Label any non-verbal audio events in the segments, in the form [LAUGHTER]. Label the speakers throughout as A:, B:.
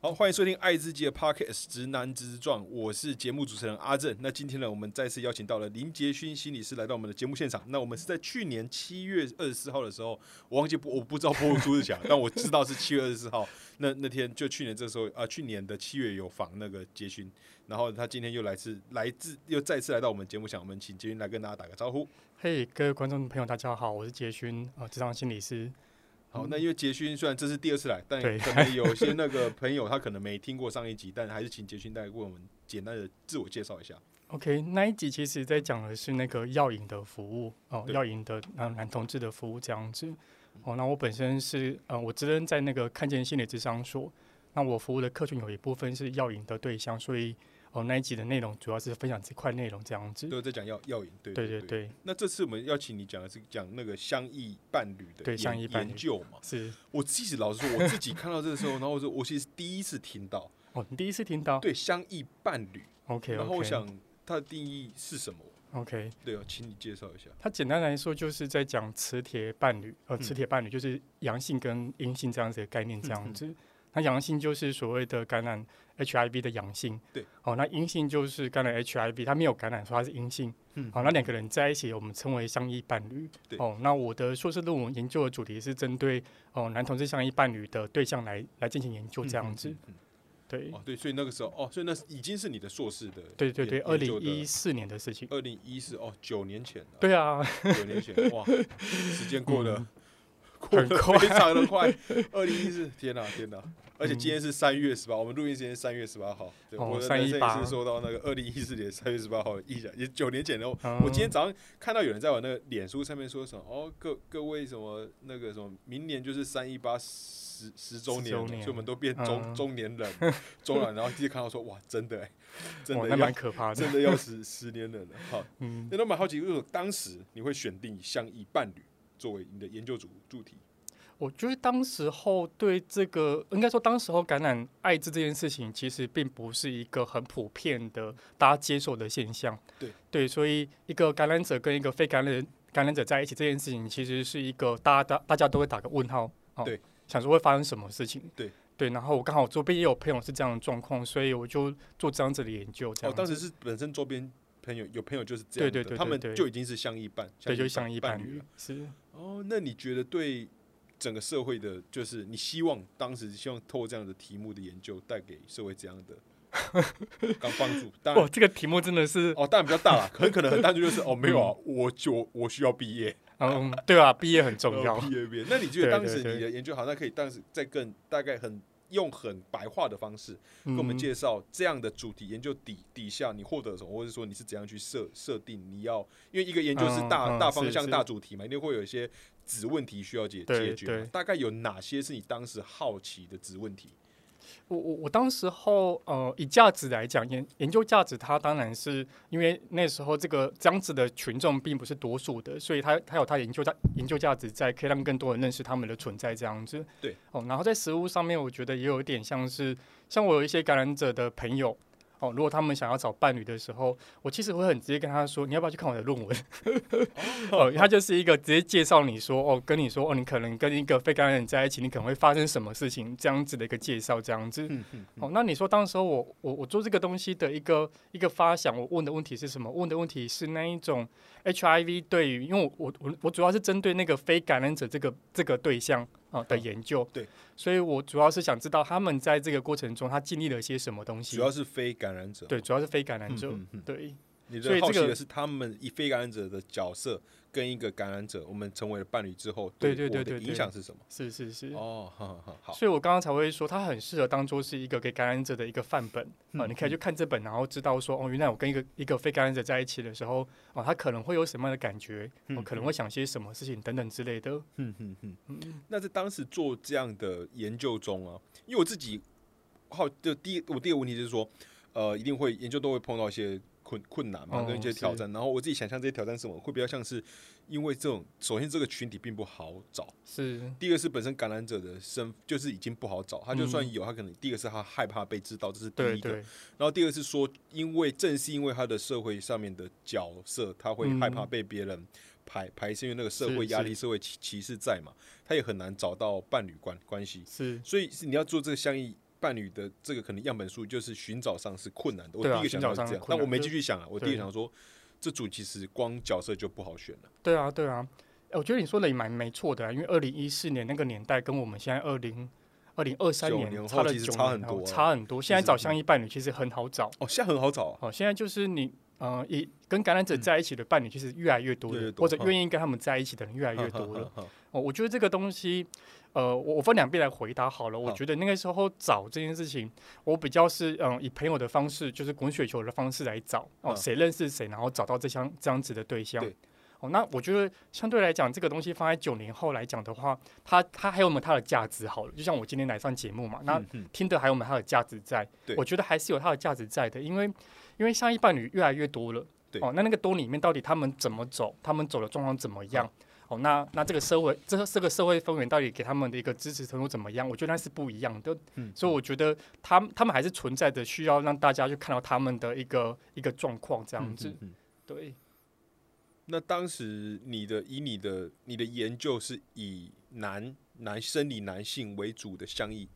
A: 欢迎收听《爱自己的 Pocket 直男直撞》，我是节目主持人阿正。那今天呢，我们再次邀请到了林杰勋心理师来到我们的节目现场。那我们是在去年七月二十四号的时候，我忘记播我不知道播出日期啊， [LAUGHS] 但我知道是七月二十四号。那那天就去年这时候啊，去年的七月有访那个杰勋，然后他今天又来自来自又再次来到我们节目，想我们请杰勋来跟大家打个招呼。
B: 嘿各位观众朋友，大家好，我是杰勋，啊、呃，职场心理师。
A: 好，那因为杰勋虽然这是第二次来，但
B: 嗯对
A: 可能有些那个朋友他可能没听过上一集，但还是请杰勋再为我们简单的自我介绍一下。
B: OK，那一集其实在讲的是那个药瘾的服务哦，
A: 对
B: 药瘾的男男同志的服务这样子。哦，那我本身是呃，我职任在那个看见心理智商所，那我服务的客群有一部分是药瘾的对象，所以哦那一集的内容主要是分享这块内容这样子。
A: 都在讲药药引，对
B: 嗯对
A: 对
B: 对对，
A: 那这次我们要请你讲的是讲那个相异伴侣的
B: 对
A: 研
B: 相异伴侣
A: 研究嘛。
B: 是
A: 我其实老实说，我自己看到这个时候，然后我说我其实第一次听到
B: 哦，你第一次听到
A: 对相异伴侣，
B: ？OK
A: 然后我
B: OK
A: 想它的定义是什么？
B: OK，
A: 对啊，请你介绍一下。
B: 它简单来说就是在讲磁铁伴侣，呃，
A: 嗯
B: 磁铁伴侣就是阳性跟阴性这样子的概念，这
A: 嗯
B: 样子。那阳性就是所谓的感染 HIV 的阳性，
A: 对。
B: 哦，那阴性就是感染 HIV，他没有感染，所以他是阴性。哦
A: 嗯
B: 好、那两个人在一起，我们称为相异伴侣。
A: 对
B: 哦，那我的硕士论文研究的主题是针对哦男同志相异伴侣的对象来来进行研究，这样子。
A: 嗯。嗯嗯
B: 对，
A: 哦，对，所以那个时候，哦，所以那是已经是你的硕士的研，
B: 对对对，二零一
A: 一，
B: 四年的事情。
A: 二零一是哦，九年前了。
B: 对啊，
A: 九年前，哇，时间过得、过
B: 嗯很
A: 得
B: 快
A: 非常的快。二零一四，天哪、天哪、而且
B: 嗯
A: 今天是三月十八、我们录音时间三月十八号。对，
B: 哦
A: 我的人生
B: 318
A: 也是收到那个二零一四年三月十八号的意向，也九年前了。
B: 嗯
A: 我今天早上看到有人在我那个脸书上面说什么，哦，各各位什么那个什么，明年就是三一八十十周年了，
B: 10周年
A: 所以我们都变中、
B: 嗯
A: 中年
B: [LAUGHS]
A: 人，中老人。然后第一看到说，哇，真的、欸， [LAUGHS] 真
B: 哦，
A: 的要
B: 那蛮可怕的。
A: 真的要十十年人了，好。
B: 嗯。
A: 那那蛮好奇，为什么当时你会选定相异伴侣作为你的研究主主题？
B: 我觉得当时候对这个，应该说当时候感染艾滋这件事情，其实并不是一个很普遍的大家接受的现象。
A: 对
B: 对，所以一个感染者跟一个非感染感染者在一起这件事情，其实是一个大家大大家都会打个问号，哦、
A: 对，
B: 想说会发生什么事情。
A: 对
B: 对，然后我刚好周边也有朋友是这样的状况，所以我就做这样子的研究，这
A: 哦，
B: 样子、
A: 当时是本身周边朋友有朋友就是这样的，
B: 对对对对
A: 他们
B: 对
A: 就已经是相异伴，
B: 对，就相依
A: 伴啊
B: 伴侣
A: 了。
B: 是。
A: 哦，那你觉得对整个社会的，就是你希望当时希望透过这样的题目的研究，带给社会这样
B: [LAUGHS]
A: 的帮帮助？当
B: 哇，
A: 然。
B: 这个题目真的是，
A: 哦，当然比较大了，很可能很单纯就是哦，没有啊，我就我需要毕业，
B: 嗯，对啊，毕业很重要
A: 呃。哦毕业毕业。那你觉得
B: 对
A: 当
B: 对
A: 时
B: 对
A: 你的研究好像可以当时再更大概很用很白话的方式
B: 跟
A: 跟我们介绍这样的主题研究底底下你获得了什么，或者说你是怎样去设设定你要，因为一个研究是大、
B: 嗯嗯
A: 大方
B: 是
A: 向、
B: 是
A: 大主题嘛，一定会有一些子问题需要解
B: 对
A: 解决嘛
B: 对。
A: 大概有哪些是你当时好奇的子问题？
B: 我我我当时候呃，以价值来讲，研研究价值，它当然是因为那时候这个这样子的群众并不是多数的，所以它它有它研究价研究价值在，可以让更多人认识他们的存在这样子。
A: 对。
B: 哦，然后在食物上面，我觉得也有一点像是，像我有一些感染者的朋友。哦，如果他们想要找伴侣的时候，我其实会很直接跟他说：“你要不要去看我的论文？”哦，他就是一个直接介绍你说：“哦，跟你说哦，你可能跟一个被感染者在一起，你可能会发生什么事情？”这样子的一个介绍，这样子。
A: 嗯嗯
B: 哦，那你说当时候我我我做这个东西的一个一个发想，我问的问题是什么？问的问题是那一种 HIV 对于，因为我我我我主要是针对那个非感染者这个这个对象啊、的
A: 嗯
B: 研究，
A: 对，
B: 所以我主要是想知道他们在这个过程中他经历了些什么东西，
A: 主要是非感染者。
B: 对，主要是非感染
A: 嗯
B: 者，
A: 嗯嗯
B: 对
A: 你
B: 所
A: 的
B: 以
A: 好奇
B: 这
A: 的
B: 个
A: 是他们以非感染者的角色跟一个感染者，我们成为了伴侣之后，
B: 对
A: 对
B: 对对
A: 我的
B: 对对
A: 影响是什么？
B: 是是是。
A: 哦，好好好，好
B: 所以我刚刚才会说，它很适合当做是一个给感染者的一个范本啊、
A: 嗯
B: 你可以去看这本，然后知道说，哦，原来我跟一个一个非感染者在一起的时候，哦，他可能会有什么样的感觉，哦，可能会想些什么事情等等之类的。
A: 嗯哼哼，那在当时做这样的研究中啊，因为我自己好，就第一我第一个问题就是说，呃，一定会研究都会碰到一些困困难嘛，
B: 哦
A: 跟一些
B: 是
A: 挑战。然后我自己想象这些挑战是什么，会比较像是因为这种，首先这个群体并不好找，
B: 是，
A: 第一个是本身感染者的身就是已经不好找，他就算有，他可能第一个是他害怕被知道，这是第
B: 对
A: 一个。
B: 对，
A: 然后第二个是说，因为正是因为他的社会上面的角色，他会
B: 嗯
A: 害怕被别人排排斥，因为那个社
B: 是
A: 会压力、
B: 是
A: 社会歧歧视在嘛，他也很难找到伴侣关关系。
B: 是
A: 所以是你要做这个相应伴侣的这个可能样本数就是寻找上是困难的。我
B: 对啊
A: 第一个想到是
B: 寻找上
A: 这
B: 是
A: 样，
B: 困
A: 但
B: 难
A: 我没
B: 就
A: 继续想啊。我第一个
B: 对
A: 想说，这组其实光角色就不好选了。
B: 对啊，对啊，哎我觉得你说的也蛮没错的、啊，因为二零一四年那个年代跟我们现在二零二零二三
A: 九年
B: 年
A: 后
B: 差了
A: 其实
B: 九
A: 差很
B: 年后
A: 多啊
B: 差很多。现在
A: 其实
B: 找
A: 嗯
B: 相依伴侣其实很好找，
A: 哦，现在很好找 [LAUGHS] 啊。
B: 好、现在就是你呃，以跟感染者在一起的伴侣其实越来越多
A: 嗯越
B: 了，
A: 来越多
B: 或者
A: 嗯
B: 愿意跟他们在一起的人越来越多了。
A: [LAUGHS] 了。
B: 哦，我觉得这个东西，呃，我我分两边来回答好了。我
A: 好
B: 觉得那个时候找这件事情，我比较是嗯以朋友的方式，就是滚雪球的方式来找哦，
A: 嗯
B: 谁认识谁，然后找到这相这样子的对象。
A: 对
B: 哦，那我觉得相对来讲，这个东西放在九零后来讲的话，它它还有没有它的价值？好了，就像我今天来上节目嘛，那
A: 嗯嗯
B: 听的还有没有它的价值在
A: 对？
B: 我觉得还是有它的价值在的，因为因为相依伴侣越来越多了。
A: 对
B: 哦，那那个多里面到底他们怎么走，他们走的状况怎么
A: 啊
B: 样？哦，那那这个社会，这这个社会氛围到底给他们的一个支持程度怎么样？我觉得那是不一样的，
A: 嗯
B: 所以我觉得他们他们还是存在的，需要让大家去看到他们的一个一个状况这样
A: 嗯
B: 子。
A: 嗯嗯
B: 对，
A: 那当时你的以你的你的研究是以男男生理男性为主的相异，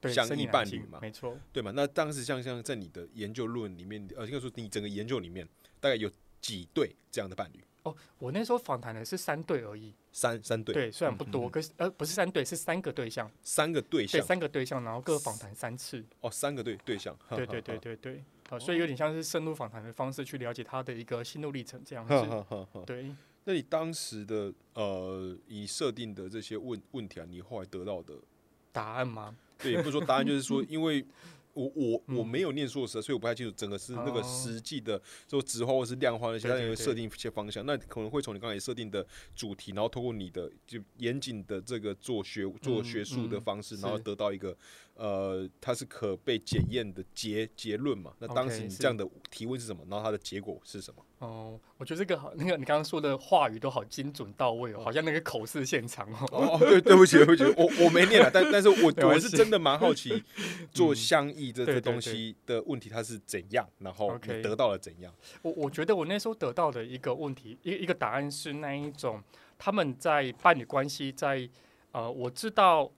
B: 对，
A: 相
B: 生
A: 依
B: 理男
A: 伴
B: 性
A: 侣嘛
B: 没错。
A: 对吗？那当时像像在你的研究论里面，呃，应该说你整个研究里面大概有几对这样的伴侣？
B: 哦，我那时候访谈的是三对而已，
A: 三三对，
B: 虽然不多，可是呃不是三对，是三个对象，
A: 三个对
B: 对，
A: 象
B: 三个对象，然后各访谈三次，
A: 哦，三个对对象，哈
B: [LAUGHS] 对对
A: [LAUGHS]
B: 对，对对，呃，所以有点像是深入访谈的方式去了解他的一个心路历程
A: [LAUGHS]
B: 这样
A: 哈哈
B: 子。
A: 哈哈哈。
B: [LAUGHS] 对，
A: 那你当时的呃，你设定的这些问问题啊，你后来得到的
B: 答案吗？
A: 对，也不是说答案，就是说，因为我我我没有念硕士，所以我不太清楚整个是那个
B: 嗯哦
A: 实际的，说直化或是量化那些，
B: 对
A: 它
B: 对
A: 有
B: 对
A: 设定一些方向。那可能会从你刚才设定的主题，然后通过你的就严谨的这个做学做
B: 嗯
A: 学术的
B: 嗯
A: 方式，然后
B: 是
A: 得到一个呃，它是可被检验的结结论嘛？那当时
B: OK，
A: 你
B: 是
A: 这样的提问是什么？然后它的结果是什么？
B: 哦，我觉得这个好，那个你刚刚说的话语都好精准到位哦，
A: 哦
B: 好像那个口试现场哦。
A: 哦，对，对不起，对不起，我我没念了，啊但但是我
B: 没
A: 我
B: 关
A: 是
B: 系
A: 真的蛮好
B: [LAUGHS]
A: 奇，做相异这
B: 对
A: 这
B: 对
A: 东
B: 对
A: 西的问题它是怎样，然后你
B: OK
A: 得到了怎样？
B: 我我觉得我那时候得到的一个问题，一一个答案是那一种他们在伴侣关系在呃，我知道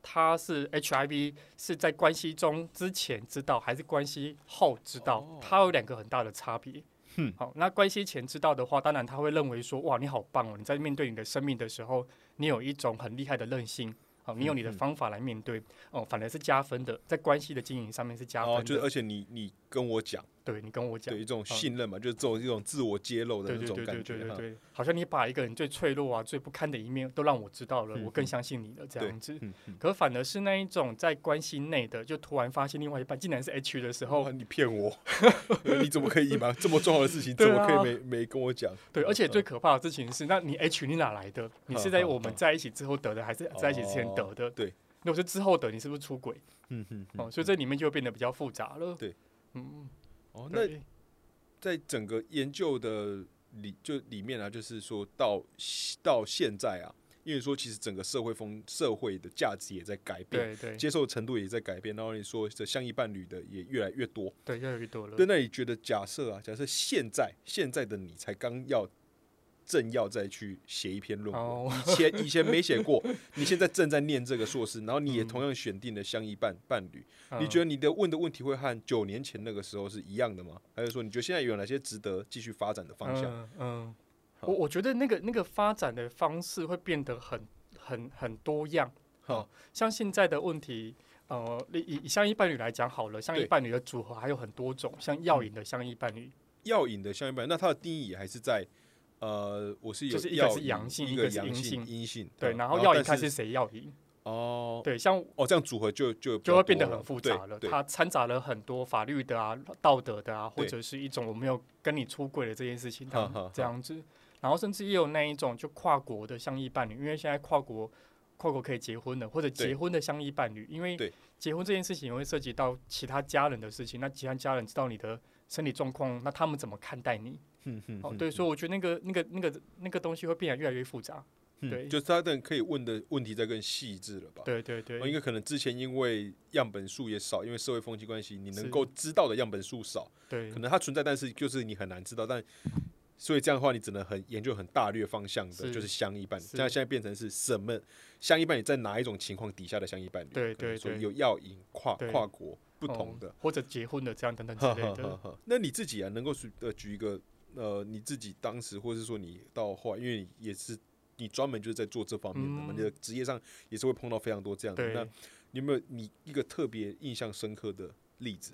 B: 他是 HIV 是在关系中之前知道还是关系后知道，
A: 哦
B: 它有两个很大的差别。
A: 哼
B: 好，那关系前知道的话，当然他会认为说，哇，你好棒哦！你在面对你的生命的时候，你有一种很厉害的韧性，好，你有你的
A: 嗯嗯
B: 方法来面对，哦，反而是加分的，在关系的经营上面是加分
A: 哦，
B: 的。
A: 就是而且你你跟我讲，
B: 对你跟我讲
A: 对，一种信任嘛，就是这种一种自我揭露的
B: 对
A: 那
B: 对
A: 种
B: 对
A: 感
B: 对
A: 觉
B: 对对
A: 哈。
B: 对，好像你把一个人最脆弱啊、最不堪的一面都让我知道了，
A: 嗯
B: 我更
A: 嗯
B: 相信你了，这
A: 对
B: 样子。 [LAUGHS]
A: 嗯嗯，
B: 可反而是那一种在关系内的，就突然发现另外一半竟然是 H 的时
A: 然后
B: 候，
A: 你骗
B: [LAUGHS]
A: 我，你怎么可以隐瞒这么重要的事情？怎
B: 对
A: 么可
B: 啊
A: 以没没跟我讲？
B: 对，而且
A: 嗯
B: 最可怕的事情是，那你 H 你哪来的？你是在我们在一起之后得的，还是在一起之前得的？
A: 嗯哦对，
B: 如果是之后得，你是不是出轨？
A: 嗯嗯嗯
B: [LAUGHS] 哦，所以这里面就会变得比较复杂了。
A: 对，
B: 嗯，
A: 哦，那
B: 对，
A: 在整个研究的里就里面啊，就是说到到现在啊，因为说其实整个社会风社会的价值也在改变，
B: 对对
A: 接受程度也在改变，然后你说这相依伴侣的也越来越多，
B: 对，越来越多了。
A: 对，那你觉得假设啊，假设现在现在的你才刚要正要再去写一篇论文，
B: 哦
A: 以前以前没写过， [LAUGHS] 你现在正在念这个硕士，然后你也
B: 嗯
A: 同样选定了相依伴伴侣，
B: 嗯
A: 你觉得你的问的问题会和九年前那个时候是一样的吗？还是说你觉得现在有哪些值得继续发展的方向？
B: 嗯，嗯
A: 好
B: 我我觉得那个那个发展的方式会变得很很很多样。
A: 好
B: 像现在的问题，呃，以以相依伴侣来讲好了，相依
A: 对嗯
B: 伴侣的组合还有很多种，像药引的相依伴侣，
A: 药引的相依伴侣，那它的定义也还是在。呃，我是有
B: 就是一个是
A: 药引
B: 阳性
A: 一
B: 一个是
A: 阳
B: 阴
A: 性，
B: 性
A: 阴性
B: 对，
A: 嗯
B: 然后药引
A: 但
B: 看
A: 是
B: 是谁药引，
A: 哦
B: 对，像
A: 哦，这样组合就就比
B: 就
A: 较
B: 会变
A: 多
B: 得很复杂了，
A: 对对
B: 它掺杂了很多法律的啊、道德的啊，或
A: 对
B: 者是一种我没有跟你出轨的这件事情，
A: 哈
B: 它
A: 哈哈
B: 这样子，然后甚至也有那一种就跨国的相依伴侣，因为现在跨国跨国可以结婚的，或者
A: 对
B: 结婚的相依伴侣，因为
A: 对
B: 结婚这件事情也会涉及到其他家人的事情，那其他家人知道你的身体状况，那他们怎么看待你？
A: 哼哼
B: 哦，
A: 哼
B: 对，所以我觉得那个那个那个那个东西会变得越来越复杂，
A: 嗯
B: 对
A: 就是他的可以问的问题再更细致了吧？
B: 对对对
A: 哦，，应该可能之前因为样本数也少，因为社会风气关系，你能
B: 是
A: 够知道的样本数少，
B: 对
A: 可能它存在，但是就是你很难知道。但所以这样的话，你只能很研究很大略方向的，
B: 是
A: 就是相依伴侣。
B: 是
A: 这样现在变成是什么相依伴侣在哪一种情况底下的相依伴侣？
B: 对
A: 可能
B: 对
A: 说
B: 对
A: 有药引跨
B: 对
A: 跨国不
B: 不
A: 同的、
B: 哦或者结婚的这样等等之
A: 哈 [LAUGHS]
B: 类
A: 哈哈
B: 的。
A: 哈。那你自己啊，能够举呃举一个呃你自己当时，或是说你到后来，因为你也是你专门就是在做这方面的嘛，
B: 嗯
A: 你的职业上也是会碰到非常多这样的。
B: 对
A: 那你有没有你一个特别印象深刻的例子？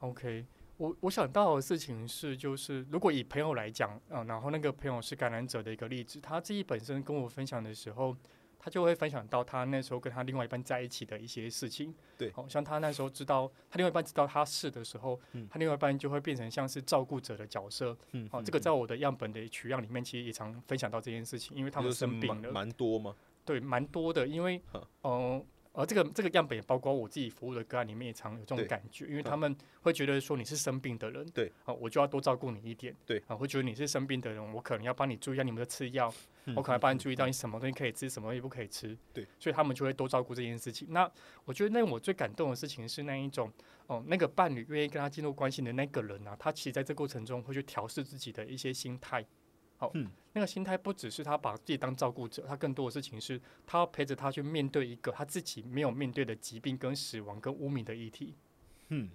B: OK，我我想到的事情是，就是如果以朋友来讲，嗯、然后那个朋友是感染者的一个例子，他自己本身跟我分享的时候，他就会分享到他那时候跟他另外一半在一起的一些事情。
A: 对
B: 好、像他那时候知道他另外一半知道他是的时候，
A: 嗯
B: 他另外一半就会变成像是照顾者的角色。
A: 嗯
B: 好、哦这个在我的样本的取样里面，其实也常分享到这件事情，因为他们
A: 就是
B: 生病
A: 蛮
B: 了。
A: 蛮多吗？
B: 对，蛮多的，因为
A: 哈
B: 嗯呃，这个这个样本也包括我自己服务的个案里面也常有这
A: 对
B: 种感觉，因为
A: 哈
B: 他们会觉得说你是生病的人，
A: 对，
B: 啊、我就要多照顾你一点，
A: 对
B: 啊、会觉得你是生病的人，我可能要帮你注意一下你们的吃药，
A: 嗯
B: 我可能帮你注意到你什么东西可以吃，什么东西不可以吃，
A: 对，
B: 所以他们就会多照顾这件事情。那我觉得那我最感动的事情是那一种哦、那个伴侣愿意跟他进入关系的那个人啊，他其实在这过程中会去调试自己的一些心态。好，
A: 嗯
B: 那个心态不只是他把自己当照顾者，他更多的事情是他要陪着他去面对一个他自己没有面对的疾病、跟死亡、跟污名的议题。
A: 嗯，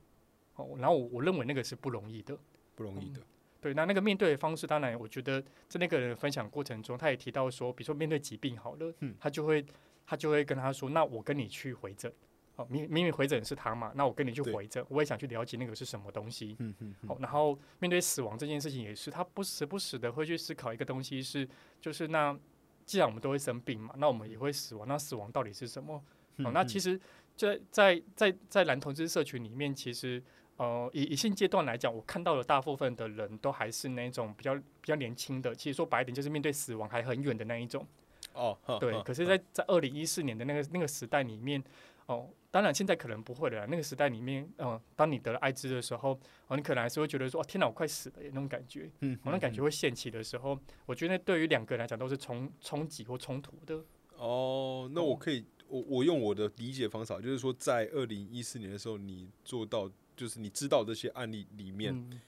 B: 哦，然后我我认为那个是不容易的。
A: 不容易的。
B: 对，那那个面对的方式，当然，我觉得在那个人的分享过程中，他也提到说，比如说面对疾病好了，
A: 嗯
B: 他就会他就会跟他说，那我跟你去回诊，哦，明明明回诊是他嘛，那我跟你去
A: 对
B: 回诊，我也想去了解那个是什么东西。
A: 嗯嗯嗯
B: 哦，然后面对死亡这件事情也是，他不时不时的会去思考一个东西是，就是那既然我们都会生病嘛，那我们也会死亡，那死亡到底是什么？哦，那其实在在在在男同志社群里面，其实呃，以以现阶段来讲，我看到的大部分的人都还是那种比较比较年轻的，其实说白一点，就是面对死亡还很远的那一种。
A: 哦， [LAUGHS] 哈
B: 对
A: 哈，
B: 可是在，在二零一四年的那个那个时代里面，哦，当然现在可能不会了啦。那个时代里面，嗯、当你得了艾滋的时候，哦，你可能还是会觉得说，哦，天哪，我快死了耶那种感觉，
A: 嗯，
B: 哦，那感觉会掀起的时候，我觉得对于两个人来讲都是冲冲击或冲突的。
A: 哦，那我可以，我我用我的理解方法，就是说，在二零一四年的时候，你做到，就是你知道这些案例里面，
B: 嗯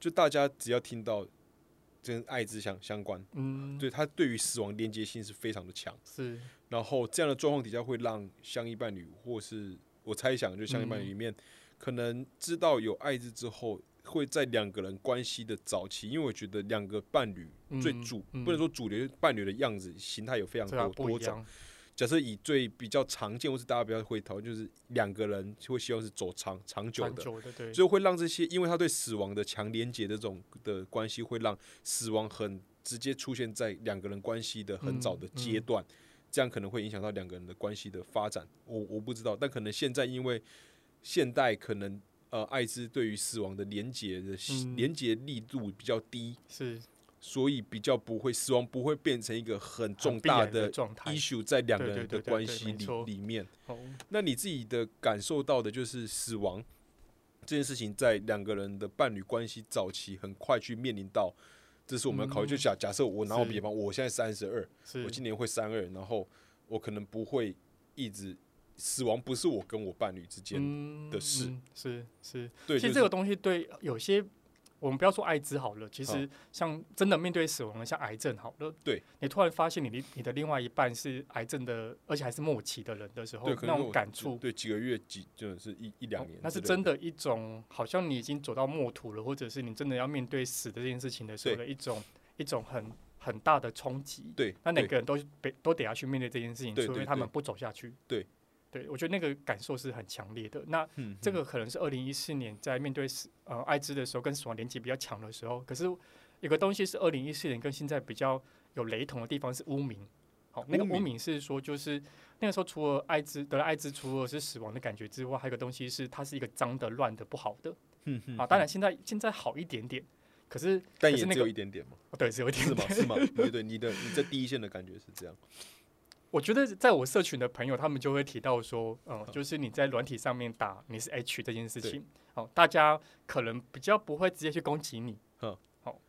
A: 就大家只要听到跟艾滋相相关，
B: 嗯，
A: 对他对于死亡连接性是非常的强，
B: 是，
A: 然后这样的状况底下会让相依伴侣，或是我猜想，就相依伴侣
B: 嗯
A: 里面，可能知道有艾滋之后。会在两个人关系的早期，因为我觉得两个伴侣最
B: 嗯
A: 主、
B: 嗯
A: 不能说主流，就是伴侣的样子形态有非常
B: 对啊，
A: 多
B: 不一
A: 多种。
B: 样，
A: 假设以最比较常见，或是大家比较会讨论，就是两个人会希望是走长长久
B: 蛮
A: 的，
B: 久的，对，
A: 所以会让这些因为他对死亡的强连结的这种的关系，会让死亡很直接出现在两个人关系的很早的阶段，
B: 嗯
A: 这样可能会影响到两个人的关系的发展。我我不知道，但可能现在因为现代可能呃艾滋对于死亡的连结的、
B: 嗯
A: 连结力度比较低，
B: 是
A: 所以比较不会死亡不会变成一个很重
B: 很必然
A: 大
B: 的
A: 的
B: 状态。
A: issue 在两个
B: 对对
A: 人的
B: 对对
A: 关
B: 对
A: 系
B: 没
A: 里
B: 错
A: 里面。
B: 哦，
A: 那你自己的感受到的就是死亡这件事情，在两个人的伴侣关系早期很快去面临到，这是我们要考虑。
B: 嗯
A: 就假假设我拿我
B: 是嗯
A: 比方，我现在三十二，
B: 是
A: 我今年会三二，然后我可能不会一直死亡，不是我跟我伴侣之间，
B: 嗯
A: 的事
B: 嗯是是。
A: 对，
B: 其
A: 就
B: 实这个
A: 是
B: 东西对有些，我们不要说艾滋好了，其实像真的面对死亡的，像癌症好了，
A: 对，
B: 你突然发现你的你的另外一半是癌症的，而且还是末期的人的时候
A: 对，，可
B: 那
A: 能
B: 种
A: 我
B: 感
A: 只
B: 触。
A: 对几个月几就是一一两
B: 哦
A: 年之类，
B: 那是真的一种，好像你已经走到末途了，或者是你真的要面对死的这件事情的时候的一种一种很很大的冲击。
A: 对，
B: 那每
A: 对
B: 个人都得都得要去面对这件事情，
A: 对
B: 除
A: 对
B: 非他
A: 对
B: 们不走下去。
A: 对，
B: 对我觉得那个感受是很强烈的。那
A: 嗯
B: 这
A: 嗯
B: 个可能是二零一四年在面对死呃艾滋的时候跟死亡连接比较强的时候，可是有个东西是二零一四年跟现在比较有雷同的地方是污名。好、那个
A: 污名
B: 污名是说，就是那个时候除了艾滋得了艾滋，除了是死亡的感觉之外，还有个东西是它是一个脏的、乱的、不好的
A: 嗯嗯
B: 啊。当然现在现在好一点点，可是
A: 但
B: 可
A: 也
B: 是那
A: 只
B: 个
A: 有一点点嘛，
B: 哦对是有一点
A: 是吗？是
B: [LAUGHS]
A: 吗？对对，你的你在第一线的感觉是这样，
B: 我觉得在我社群的朋友，他们就会提到说，嗯，就是你在软体上面打你是 H 这件事情，哦，大家可能比较不会直接去攻击你，
A: 嗯
B: 好、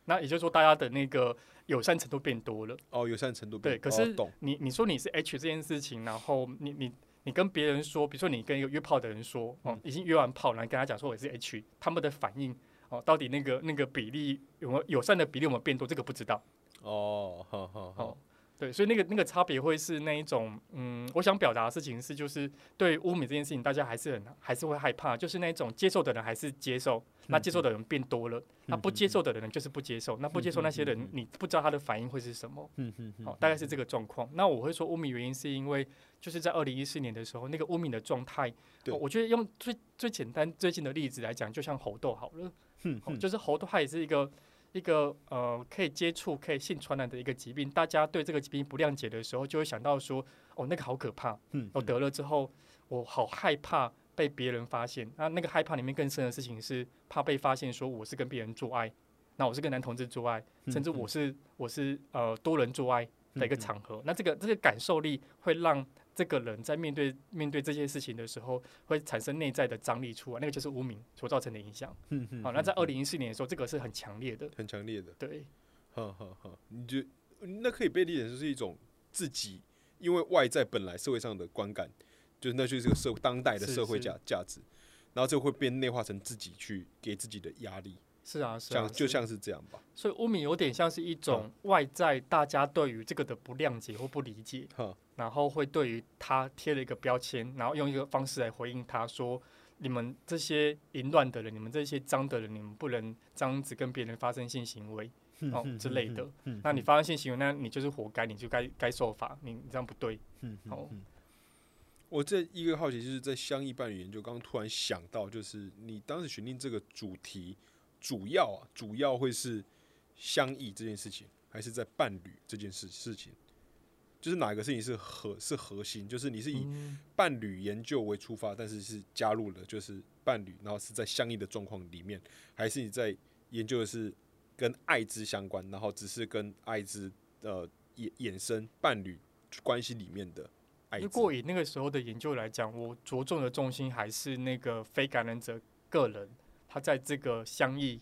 B: 那也就是说大家的那个友善程度变多了。
A: 哦，友善程度
B: 对，
A: 变
B: 可
A: 哦
B: 是
A: 懂
B: 你你说你是 H 这件事情，然后你你你跟别人说，比如说你跟一个约炮的人说，哦、
A: 嗯
B: 已经约完炮了，然后跟他讲说我是 H，他们的反应哦，到底那个那个比例有没有友善的比例有没有变多，这个不知道。
A: 哦，好好
B: 哦
A: 好，，
B: 对，所以那个那个差别会是那一种，嗯，我想表达的事情是，就是对污名这件事情，大家还是很还是会害怕，就是那一种接受的人还是接
A: 嗯
B: 受，那接受的人变多了，那不接受的人就是不接受，那不接受那
A: 嗯
B: 些
A: 嗯
B: 人，你不知道他的反应会是什么，
A: 嗯嗯嗯，
B: 好、大概是这个状况。那我会说污名原因是因为就是在二零一四年的时候，那个污名的状态，
A: 对
B: 哦我觉得用最最简单最近的例子来讲，就像猴痘好了。
A: 嗯
B: 哦就是猴痘它也是一个一个呃可以接触、可以性传染的一个疾病。大家对这个疾病不谅解的时候，就会想到说，哦，那个好可怕，
A: 嗯
B: 我得了之后，我好害怕被别人发现。那那个害怕里面更深的事情是，怕被发现说我是跟别人做爱，那我是跟男同志做爱，甚至我是我是呃多人做爱的一个场合。那这个这个感受力会让。这个人在面对面对这些事情的时候，会产生内在的张力出来，那个就是无名所造成的影响。好、那在二零一四年的时候，这个是很强烈的，
A: 很强烈的，
B: 对，
A: 哈哈哈，你觉那可以被理解成是一种自己因为外在本来社会上的观感，就是那就是个社当代的
B: 是
A: 社会
B: 是
A: 价价值，然后这会变内化成自己去给自己的压力，
B: 是啊，是啊
A: 像，就是像是这样吧，
B: 所以污名有点像是一种外在大家对于这个的不谅解或不理解，
A: 哈，
B: 然后会对于他贴了一个标签，然后用一个方式来回应他说。你们这些淫乱的人，你们这些脏的人，你们不能这样子跟别人发生性行为哦之类的。那你发生性行为，那你就是活该，你就该该受罚，你你这样不对。哦，
A: 我这一个好奇就是在相异伴侣研究，刚刚突然想到，就是你当时选定这个主题，主要啊，主要会是相异这件事情，还是在伴侣这件事事情？就是哪个事情是核是核心？就是你是以
B: 嗯
A: 伴侣研究为出发，但是是加入了就是伴侣，然后是在相异的状况里面，还是你在研究的是跟艾滋相关，然后只是跟艾滋呃衍衍生伴侣关系里面的艾滋？
B: 如果以那个时候的研究来讲，我着重的重心还是那个非感染者个人，他在这个相异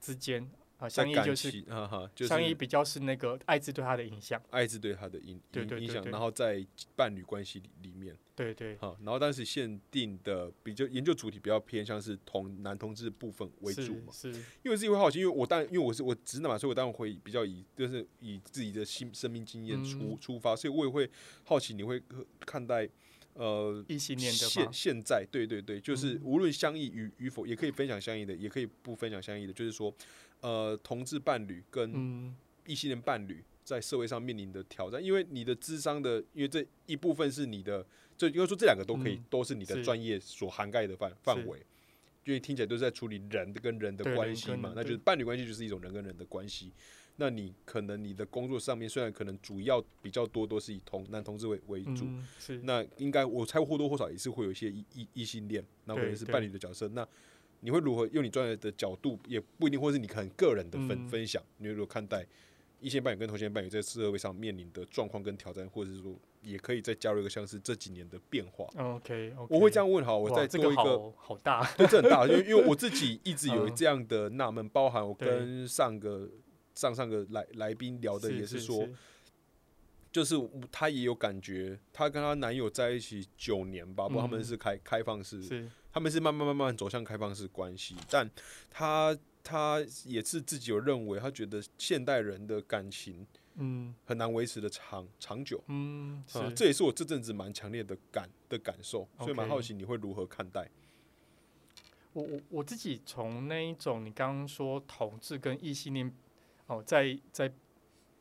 B: 之间啊、
A: 在
B: 呃相异
A: 感
B: 就是
A: 情哈哈，就是
B: 相异比较是那个艾滋对他的影响。
A: 艾滋对他的影
B: 对
A: 影
B: 对
A: 影
B: 对
A: 响，
B: 对
A: 然后在伴侣关系里里面
B: 对对，
A: 哈，然后当时限定的比较研究主题比较偏向是同男同志部分为主嘛，
B: 是是
A: 因为我自己会好奇，因为我当然因为我是我直男嘛，所以我当然会比较以就是以自己的心生命经验出、
B: 嗯
A: 出发，所以我也会好奇你会呃看待呃
B: 异性恋的嗯
A: 现
B: 嘛？
A: 现在，对对对，就是无论相异与与否，也可以分享相异的，也可以不分享相异的，就是说呃同志伴侣跟
B: 嗯，
A: 异性恋伴侣在社会上面临的挑战，因为你的智商的，因为这一部分是你的，就应该说这两个都可以，
B: 嗯
A: 都是你的
B: 是
A: 专业所涵盖的范范围。因为听起来都是在处理人跟人的
B: 对
A: 关
B: 人
A: 系
B: 跟
A: 嘛，
B: 人
A: 那就是
B: 对
A: 伴侣关系就是一种人跟人的关系。那你可能你的工作上面虽然可能主要比较多都是以同男同志为为主，
B: 嗯是
A: 那应该我猜或多或少也是会有一些异异异性恋，那或者
B: 对
A: 是
B: 对
A: 伴侣的角色。那你会如何用你专业的角度，也不一定，或是你很个人的分、
B: 嗯
A: 分享，你会如何看待异性伴侣跟同性伴侣在社会上面临的状况跟挑战，或者是说也可以再加入一个像是这几年的变化。
B: OK OK。
A: 我会这样问好，我
B: 哇
A: 再
B: 这
A: 做
B: 个
A: 一个
B: 好好大，
A: 对，这很大， [LAUGHS] 因为因为我自己一直有
B: 嗯
A: 这样的纳闷，包含我
B: 对
A: 跟上个上上个来来宾聊的也
B: 是
A: 说，就是她也有感觉，她跟她男友在一起九年吧，不过他们
B: 嗯
A: 是开开放式
B: 是是
A: 他们是慢慢慢慢走向开放式关系，但他他也是自己有认为，他觉得现代人的感情
B: 嗯
A: 很难维持的长长久。
B: 嗯
A: 啊，
B: 是。
A: 这也是我这阵子蛮强烈的感的感受，所以
B: OK
A: 蛮好奇你会如何看待。
B: 我我我自己从那一种你刚刚说同志跟异性恋哦，在在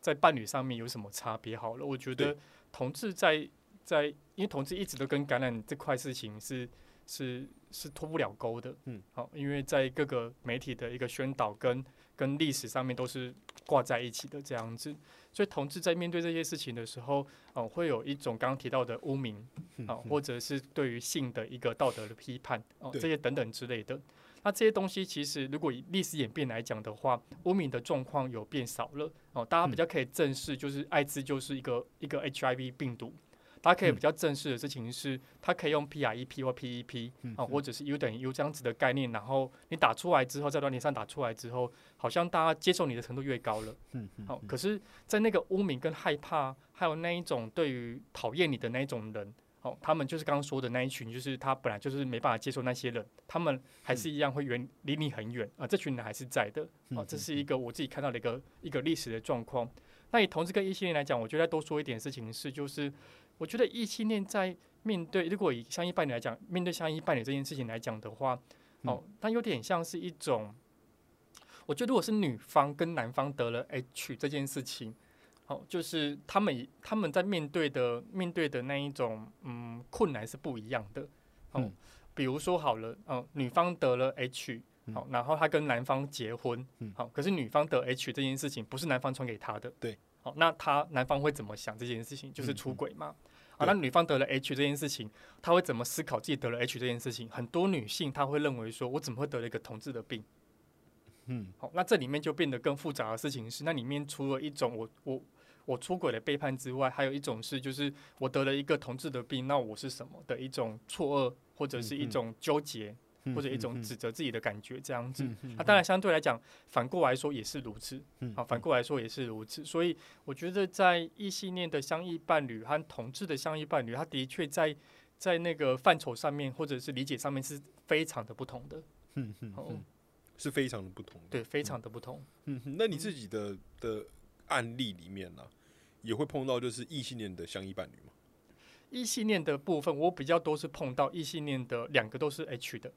B: 在伴侣上面有什么差别？好了，我觉
A: 对
B: 得同志在在因为同志一直都跟感染这块事情是是是脱不了钩的，
A: 嗯，
B: 好、因为在各个媒体的一个宣导跟跟历史上面都是挂在一起的这样子，所以同志在面对这些事情的时候，哦、会有一种刚刚提到的污名，
A: 嗯
B: 啊、或者是对于性的一个道德的批判哦，
A: 对
B: 这些等等之类的。那这些东西其实如果以历史演变来讲的话，污名的状况有变少了哦，大家
A: 嗯
B: 比较可以正视，就是艾滋就是一个一个 HIV 病毒。大家
A: 嗯
B: 可以比较正式的事情是，它可以用 PREP 或 PEP
A: 嗯
B: 啊，或者是 U 等于 U 这样子的概念，然后你打出来之后，在软体上打出来之后，好像大家接受你的程度越高了。哦
A: 嗯
B: 好、可是，在那个污名跟害怕，还有那一种对于讨厌你的那一种人，哦，他们就是刚刚说的那一群，就是他本来就是没办法接受那些人，他们还是一样会远离你很远啊、这群人还是在的啊、
C: 嗯
B: 这
C: 嗯
B: 是一个我自己看到的一个一个历史的状况。那以同志跟异性恋来讲，我觉得再多说一点事情是，就是我觉得异性恋在面对如果以相依伴侣来讲，面对相依伴侣这件事情来讲的话，哦，
C: 嗯
B: 它有点像是一种，我觉得如果是女方跟男方得了 H 这件事情。哦，就是他们以他们在面对的面对的那一种嗯困难是不一样的。哦，
C: 嗯
B: 比如说好了，哦，女方得了 H，
C: 嗯
B: 好、然后她跟男方结婚，
C: 嗯
B: 好、可是女方得 H 这件事情不是男方传给她的，
A: 对，
B: 好、那他男方会怎么想这件事情？就是
C: 嗯
B: 出
C: 嗯
B: 轨嘛。
A: 对
B: 啊，那女方得了 H 这件事情，她会怎么思考自己得了 H 这件事情？很多女性她会认为说，我怎么会得了一个同志的病？
C: 嗯
B: 好，那这里面就变得更复杂的事情是，那里面除了一种我我我出轨的背叛之外，还有一种是就是我得了一个同志的病，那我是什么的一种错愕，或者是一
C: 嗯嗯
B: 种纠结，
C: 嗯，
B: 或者一种
C: 嗯
B: 指责自己的感觉这样子。
C: 嗯嗯
B: 那、当然，相对来讲，反过来说也是如此。啊
C: 嗯
B: 好，反过来说也是如此。所以我觉得，在异性恋的相异伴侣和同志的相异伴侣，他的确在在那个范畴上面，或者是理解上面是非常的不同的。
C: 嗯嗯
B: 哦，
C: 嗯
A: 是非常的不同的。
B: 对，非常的不同。
A: 嗯哼，那你自己的的案例里面呢、也会碰到就是异性恋的相依伴侣嘛？
B: 异性恋的部分，我比较多是碰到异性恋的，两个都是 H 的，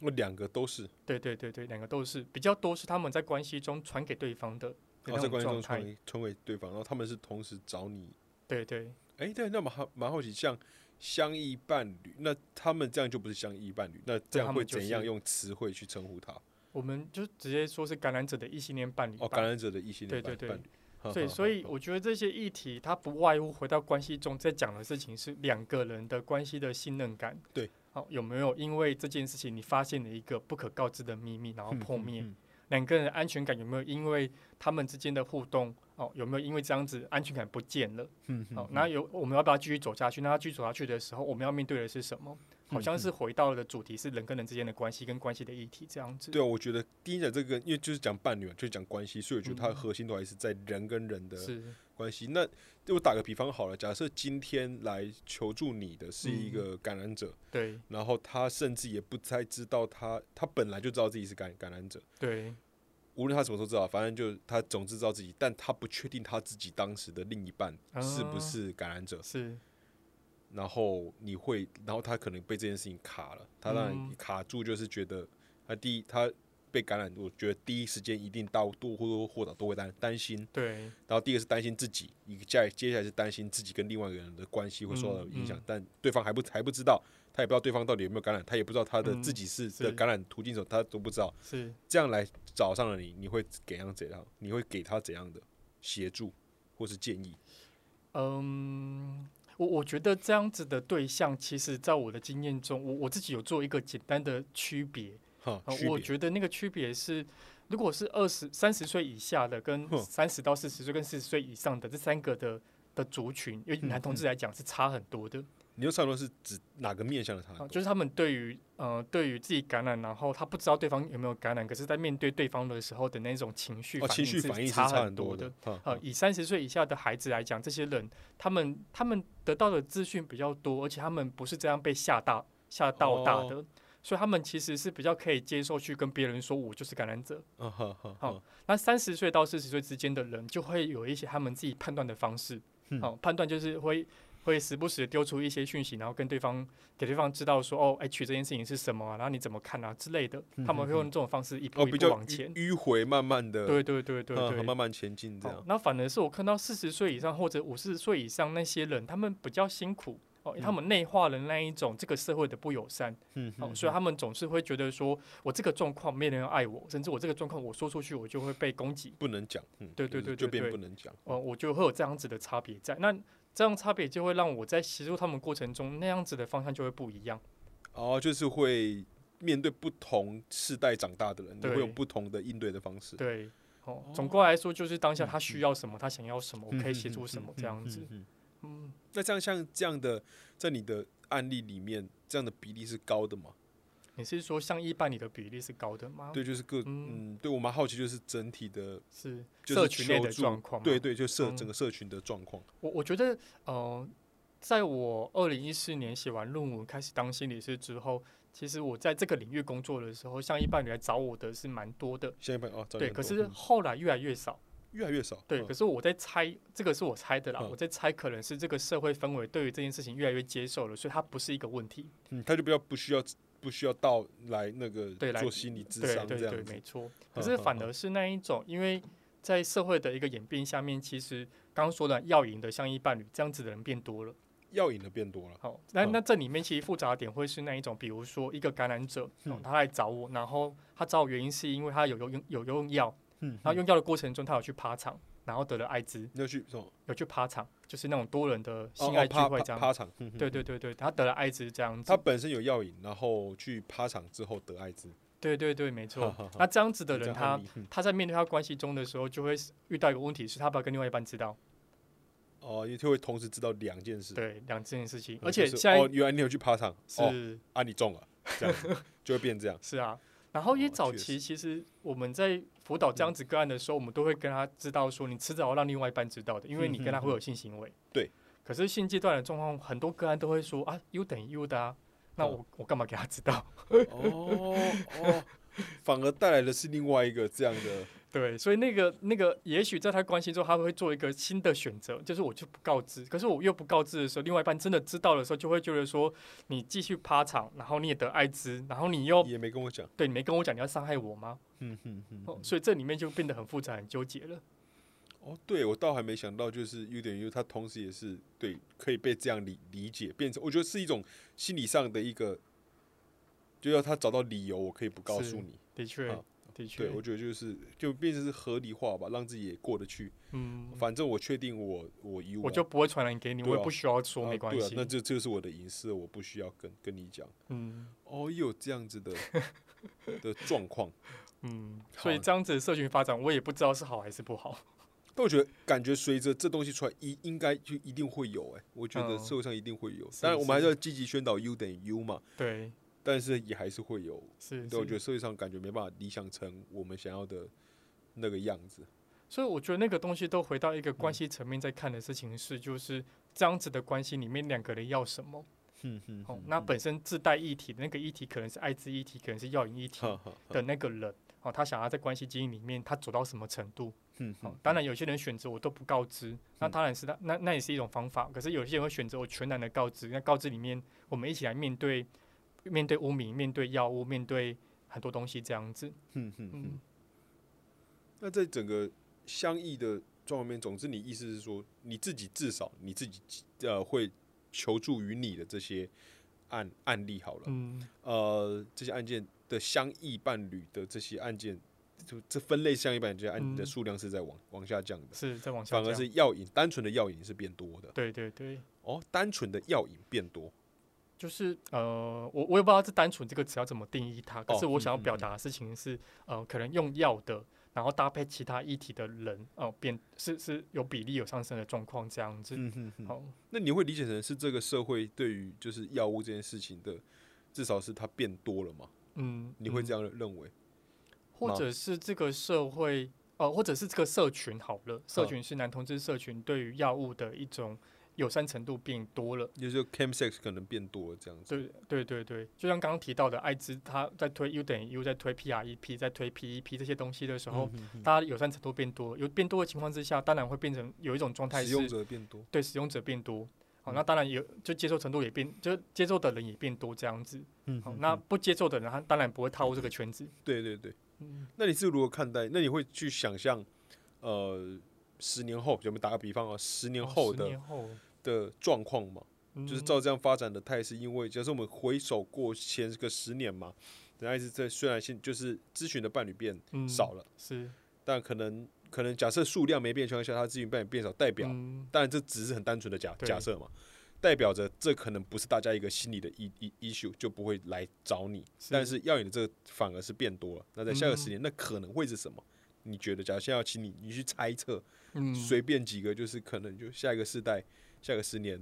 A: 我哦两个都是，
B: 对对对对，两个都是比较多是他们在关系中传给对方的的
A: 然后
B: 那
A: 哦在
B: 种
A: 关系
B: 状
A: 中
B: 态
A: 传，给传给对方，然后他们是同时找你。
B: 对对，
A: 哎、对，那么好，蛮好奇，像相依伴侣，那他们这样就不是相依伴侣，那这
B: 他
A: 样
B: 们
A: 会
B: 就是
A: 怎样用词汇去称呼他？
B: 我们就直接说是感染者的异性恋伴侣吧
A: 哦，感染者的异性恋
B: 对
A: 伴
B: 对对
A: 伴侣。哈
B: 对，
A: 哈
B: 所以
A: 哈
B: 我觉得这些议题，它不外乎回到关系中在讲的事情是两个人的关系的信任感。
A: 对，
B: 好、有没有因为这件事情你发现了一个不可告知的秘密，然后
C: 嗯
B: 破
C: 嗯
B: 灭？
C: 嗯
B: 两个人的安全感有没有因为他们之间的互动哦，有没有因为这样子安全感不见了？
C: 嗯
B: 好、那有我们要不要继续走下去？那要继续走下去的时候，我们要面对的是什么？
A: 嗯
B: 好像是回到了主题是人跟人之间的关系跟关系的议题这样子。
A: 对啊，我觉得第一讲这个，因为就是讲伴侣嘛，就是讲关系，所以我觉得它的
B: 嗯
A: 核心都还是在人跟人的
B: 是
A: 关系。那我打个比方好了，假设今天来求助你的是
B: 嗯
A: 一个感染者，
B: 对
A: 然后他甚至也不太知道他，他本来就知道自己是感感染者，
B: 对
A: 无论他什么时候知道，反正就他总之知道自己，但他不确定他自己当时的另一半
B: 啊
A: 是不是感染者。
B: 是，
A: 然后你会，然后他可能被这件事情卡了，他让
B: 嗯
A: 你卡住，就是觉得他第一他被感染，我觉得第一时间一定到多或多或少都会担担心，
B: 对
A: 然后第一个是担心自己，一个接接下来是担心自己跟另外一个人的关系会受到
B: 嗯
A: 影响，
B: 嗯
A: 但对方还不还不知道，他也不知道对方到底有没有感染，他也不知道他的
B: 嗯
A: 自己是
B: 是
A: 的感染途径什么，他都不知道。
B: 是。
A: 这样来找上了你，你会给样怎样？你会给他怎样的协助或是建议？
B: 嗯，我我觉得这样子的对象，其实在我的经验中，我我自己有做一个简单的区别。
A: 哈
B: 呃，
A: 区
B: 我
A: 别
B: 觉得那个区别是，如果是二十三十岁以下的，跟
A: 哼
B: 三十到四十岁跟四十岁以上的这三个的的族群，因为男同志
A: 嗯
B: 来讲是差很多的。
A: 你用差不多是指哪个面向的差很
B: 啊，
A: 多？
B: 就是他们对于呃对于自己感染，然后他不知道对方有没有感染，可是在面对对方的时候的那种情绪
A: 哦，
B: 反
A: 情
B: 应
A: 绪
B: 是
A: 反应是
B: 差
A: 差
B: 很多
A: 的嗯
B: 的。。
A: 哈
B: 呃，以三十岁以下的孩子来讲，这些人他们他们得到的资讯比较多，而且他们不是这样被吓大吓到大
A: 哦
B: 的，所以他们其实是比较可以接受去跟别人说我就是感染者。
A: 啊哈哈哈哈哦
B: 好那三十岁到四十岁之间的人，就会有一些他们自己判断的方式。
C: 嗯
B: 好、判断就是会会时不时地丢出一些讯息，然后跟对方给对方知道说，哦，H 这件事情是什么啊、然后你怎么看啊之类的。他们会用这种方式一
A: 哦，
B: 步一
A: 比
B: 步
A: 较
B: 往
A: 迂
B: 前。
A: 迂回，慢慢的，
B: 对对对对
A: 哈
B: 对，
A: 嗯慢慢前进这
B: 好
A: 样。
B: 那反而是我看到四十岁以上或者五十岁以上那些人，他们比较辛苦哦，因为他们内化了那一种这个社会的不友善，
C: 嗯
B: 哦，所以他们总是会觉得说我这个状况没人要爱我，甚至我这个状况我说出去我就会被攻击，
A: 不能讲，嗯，
B: 对对
A: 就是
B: 对对
A: 就变
B: 对
A: 不能讲，
B: 哦，我就会有这样子的差别在。那这样差别就会让我在协助他们过程中那样子的方向就会不一样。
A: 哦，就是会面对不同世代长大的人，你
B: 对
A: 会有不同的应对的方式。
B: 对，哦，
A: 哦
B: 总过来说就是当下他需要什么，他想要什么，我可以协助
C: 嗯
B: 什
C: 嗯
B: 么
C: 嗯
B: 这样
C: 嗯
B: 子。
C: 嗯
B: 嗯，
A: 那这样像这样的，在你的案例里面，这样的比例是高的吗？
B: 你是说像一般你的比例是高的吗？
A: 对，就是各
B: 嗯
A: 嗯对我蛮好奇，就是整体的，
B: 是
A: 就是
B: 社群内
A: 求
B: 的
A: 助
B: 状况吗。
A: 对对，就社
B: 嗯
A: 整个社群的状况。
B: 我我觉得呃，在我二零一四年写完论文开始当心理师之后，其实我在这个领域工作的时候，像一般你来找我的是蛮多的，
A: 下一半哦，找你
B: 对。
A: 们
B: 可
A: 做
B: 是
A: 嗯
B: 后来越来越少，
A: 越来越少，
B: 对。
A: 嗯
B: 可是我在猜，这个是我猜的啦，
A: 嗯
B: 我在猜可能是这个社会氛围对于这件事情越来越接受了，所以它不是一个问题。
A: 嗯，他就比较不需要不需要到来那个
B: 对来
A: 做心理智
B: 对
A: 商
B: 对
A: 这
B: 对，
A: 样子嗯
B: 没，错。可是反而是那一种，因为在社会的一个演变下面，其实刚刚说的药瘾的像一伴侣这样子的人变多了。
A: 药瘾的变多了，
B: 好，那
A: 嗯
B: 那这里面其实复杂的点会是那一种，比如说一个感染者，哦
A: 嗯
B: 他来找我，然后他找我原因是因为他有用有用药，
A: 嗯，
B: 然后用药的过程中他有去爬场，然后得了艾滋，
A: 你要去什么
B: 有去爬场，就是那种多人的
A: 哦
B: 性爱
A: 哦
B: 聚
A: 趴
B: 会
A: 趴
B: 这样。
A: 趴场，嗯
B: 对，对对对，他得了艾滋这样
A: 嗯
B: 子
A: 他。本身有药瘾，然后去趴场之后得艾滋，
B: 对对对，没错
A: 好好好。
B: 那这样子的
A: 这
B: 人，
A: 样
B: 他
A: 案例嗯
B: 他在面对他关系中的时候，就会遇到一个问题，是他不要跟另外一半知道，
A: 哦，也就会同时知道两件事，
B: 对两件事情
A: 嗯，
B: 而且
A: 就是
B: 现在
A: 哦，原来你有去趴场，
B: 是、
A: 哦，啊，你中了，这样子就会变这样，
B: 是啊，然后也
A: 哦
B: 早
A: 确嗯
B: 期其实我们在辅导这样子个案的时候，我们都会跟他知道说，你迟早要让另外一半知道的，因为你跟他会有性行为。
A: 嗯对。
B: 可是现阶段的状况，很多个案都会说啊，U 等于 U 的啊，那
A: 嗯
B: 我、我干嘛给他知道？
A: [LAUGHS] 哦哦，反而带来的是另外一个这样的，
B: 对，所以那个那个，也许在他关心之后，他会做一个新的选择，就是我就不告知。可是我越不告知的时候，另外一半真的知道的时候，就会觉得说你继续趴场，然后你也得艾滋，然后你又
A: 也没跟我讲，
B: 对你没跟我讲你要伤害我吗、
A: 嗯哼哼
B: 哦所以这里面就变得很复杂、很纠结了。
A: 哦，对我倒还没想到，就是优点 U，它同时也是对可以被这样理理解，变成我觉得是一种心理上的一个，就要他找到理由，我可以不告
B: 是
A: 诉你。
B: 的确，
A: 啊
B: 的确
A: 对，，我觉得就是就变成是合理化吧，让自己也过得去。
B: 嗯，
A: 反正我确定我我 U，
B: 我就不会传染给你，
A: 对啊
B: 我也不需要
A: 啊
B: 说，没关
A: 对啊
B: 系。
A: 那这这是我的隐私，我不需要跟跟你讲。
B: 嗯
A: 哦，也有这样
B: [LAUGHS]
A: 子的的状况，
B: 嗯，
A: 好
B: 所以这样子的社群发展，我也不知道是好还是不好。 [LAUGHS]
A: 但我觉得感觉随着这东西出来，一应该就一定会有哎、我觉得
B: 嗯
A: 社会上一定会有。
B: 是
A: 当然，我
B: 是
A: 们还是要积极宣导 U 等于 U 嘛。
B: 对，
A: 但是也还是会有。
B: 是。
A: 对，我
B: 是
A: 觉得社会上感觉没办法理想成我们想要的那个样子。
B: 所以我觉得那个东西都回到一个
A: 嗯
B: 关系层面在看的事情是，就是这样子的关系里面两个人要什么。
A: 哼嗯哼
B: 哦，那本身自带议题的那个议题可能是艾滋议题，可能是药瘾议题
A: 哈哈，
B: 的那个人。哦，他想要在关系经营里面，他走到什么程度？
A: 嗯哼
B: 哦
A: 哼，，
B: 当然有些人选择我都不告知，那
A: 嗯
B: 当然是他那那也是一种方法。可是有些人会选择我全然的告知，那告知里面我们一起来面对面对污名，面对药物，面对很多东西这样子。
A: 哼哼哼
B: 嗯。，
A: 那在整个相异的状况里面，总之你意思是说，你自己至少你自己呃会求助于你的这些案案例好了，
B: 嗯，
A: 呃，这些案件的相异伴侣的这些案件，就这分类相异伴侣这些案
B: 嗯
A: 的数量是在往往下降的，
B: 是再往下
A: 反
B: 讲，
A: 而是药瘾，单纯的药瘾是变多的。
B: 对对对，
A: 哦，单纯的药瘾变多，
B: 就是呃，我我也不知道这单纯这个词要怎么定义它，可
A: 哦
B: 是我
A: 嗯
B: 想要
A: 嗯
B: 表
A: 嗯
B: 达的事情是，呃，可能用药的，然后搭配其他议题的人，哦、变是是有比例有上升的状况这样子。
A: 嗯哼哼
B: 好，
A: 那你会理解成是这个社会对于就是药物这件事情的，至少是它变多了嘛？
B: 嗯，
A: 你会
B: 嗯
A: 这样认为？
B: 或
A: 吗
B: 者是这个社会，呃，或者是这个社群好了，社
A: 嗯
B: 群是男同志社群对于药物的一种友善程度变多了。
A: 也就是 chemsex 可能变多了这样子。
B: 对对对对，就像刚刚提到的，艾滋它在推 U 等于 U，在推 PREP，在推 PEP 这些东西的时候，
A: 嗯哼
B: 大家友善程度变多，有变多的情况之下，当然会变成有一种状态
A: 嗯使用
B: 是
A: 者变多，
B: 对使用者变多。好，
A: 嗯
B: 那当然有，就接受程度也变，就接受的人也变多这样子。
A: 嗯
B: 好，那不接受的人，他当然不会踏入这个圈子。
A: 对对对。
B: 嗯，
A: 那你是如何看待？那你会去想象，呃，十年后，我们打个比方啊，十年
B: 哦
A: 后
B: 十
A: 的、
B: 年后
A: 的状况吗？就是
B: 嗯
A: 照这样发展的态势，因为假设我们回首过前个十年嘛，人家一直在虽然现就是咨询的伴侣变
B: 嗯
A: 少了。
B: 是
A: 但可能可能假设数量没变的情况下，它咨询伴侣变少，代表、
B: 嗯
A: 当然这只是很单纯的假
B: 对
A: 假设嘛，代表着这可能不是大家一个心理的 i i issue，就不会来找你。但是药瘾的这个反而是变多了。那在
B: 嗯
A: 下个十年，那可能会是什么？你觉得？假如现在要请你，你去猜测，
B: 嗯
A: 随便几个，就是可能就下一个世代、下个十年，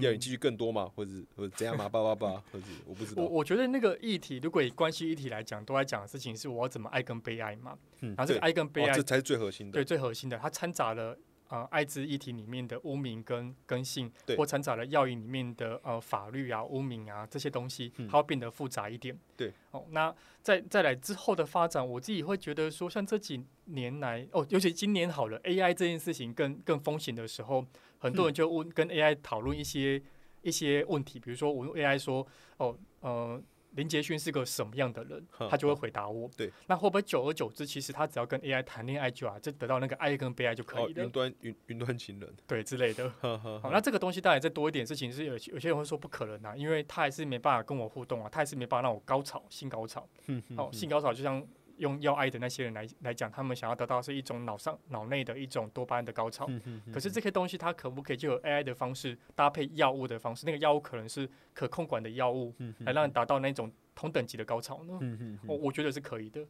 A: 药瘾
B: 嗯
A: 继续更多吗？或者或者怎样
B: [LAUGHS]
A: 嘛？叭叭叭，或者我不知
B: 我
A: 道。
B: 我觉得那个议题，如果以关系议题来讲，都在讲的事情是我要怎么爱跟被爱嘛。
A: 嗯
B: 然后这
A: 对
B: 个爱跟被
A: 哦
B: 爱，
A: 这才是最核心的。
B: 对最核心的，它掺杂了呃艾滋议题里面的污名跟跟性
A: 对，
B: 或掺杂了药引里面的呃法律啊、污名啊这些东西
A: 嗯，
B: 它会变得复杂一点。
A: 对，
B: 哦，那再再来之后的发展，我自己会觉得说，像这几年来，哦，尤其今年好了，AI 这件事情更更风行的时候，很
A: 嗯
B: 多人就问、跟 AI 讨论一些一些问题，比如说我用 AI 说，哦，呃。林杰勋是个什么样的人
A: 哼，
B: 他就会
A: 哼
B: 回答我。
A: 对，
B: 那会不会久而久之，其实他只要跟 AI 谈恋爱就啊，就得到那个爱跟被爱就可
A: 哦，
B: 以了，
A: 云端云云端情人，
B: 对之类的。
A: 呵呵
B: 好，
A: 呵
B: 那这个东西当然再多一点事情是有有些人会说不可能啊，因为他还是没办法跟我互动啊，他还是没办法让我高潮性高潮。
A: 哼哼
B: 好、
A: 哼
B: 性高潮就像用要爱的那些人来来讲，他们想要得到是一种脑上脑内的一种多巴胺的高潮。
A: 嗯哼哼哼
B: 可是这些东西它可不可以就有 AI 的方式搭配药物的方式？那个药物可能是可控管的药物，
A: 哼哼
B: 来让你达到那种同等级的高潮呢？
A: 嗯哼哼哼
B: 我我觉得是可以的。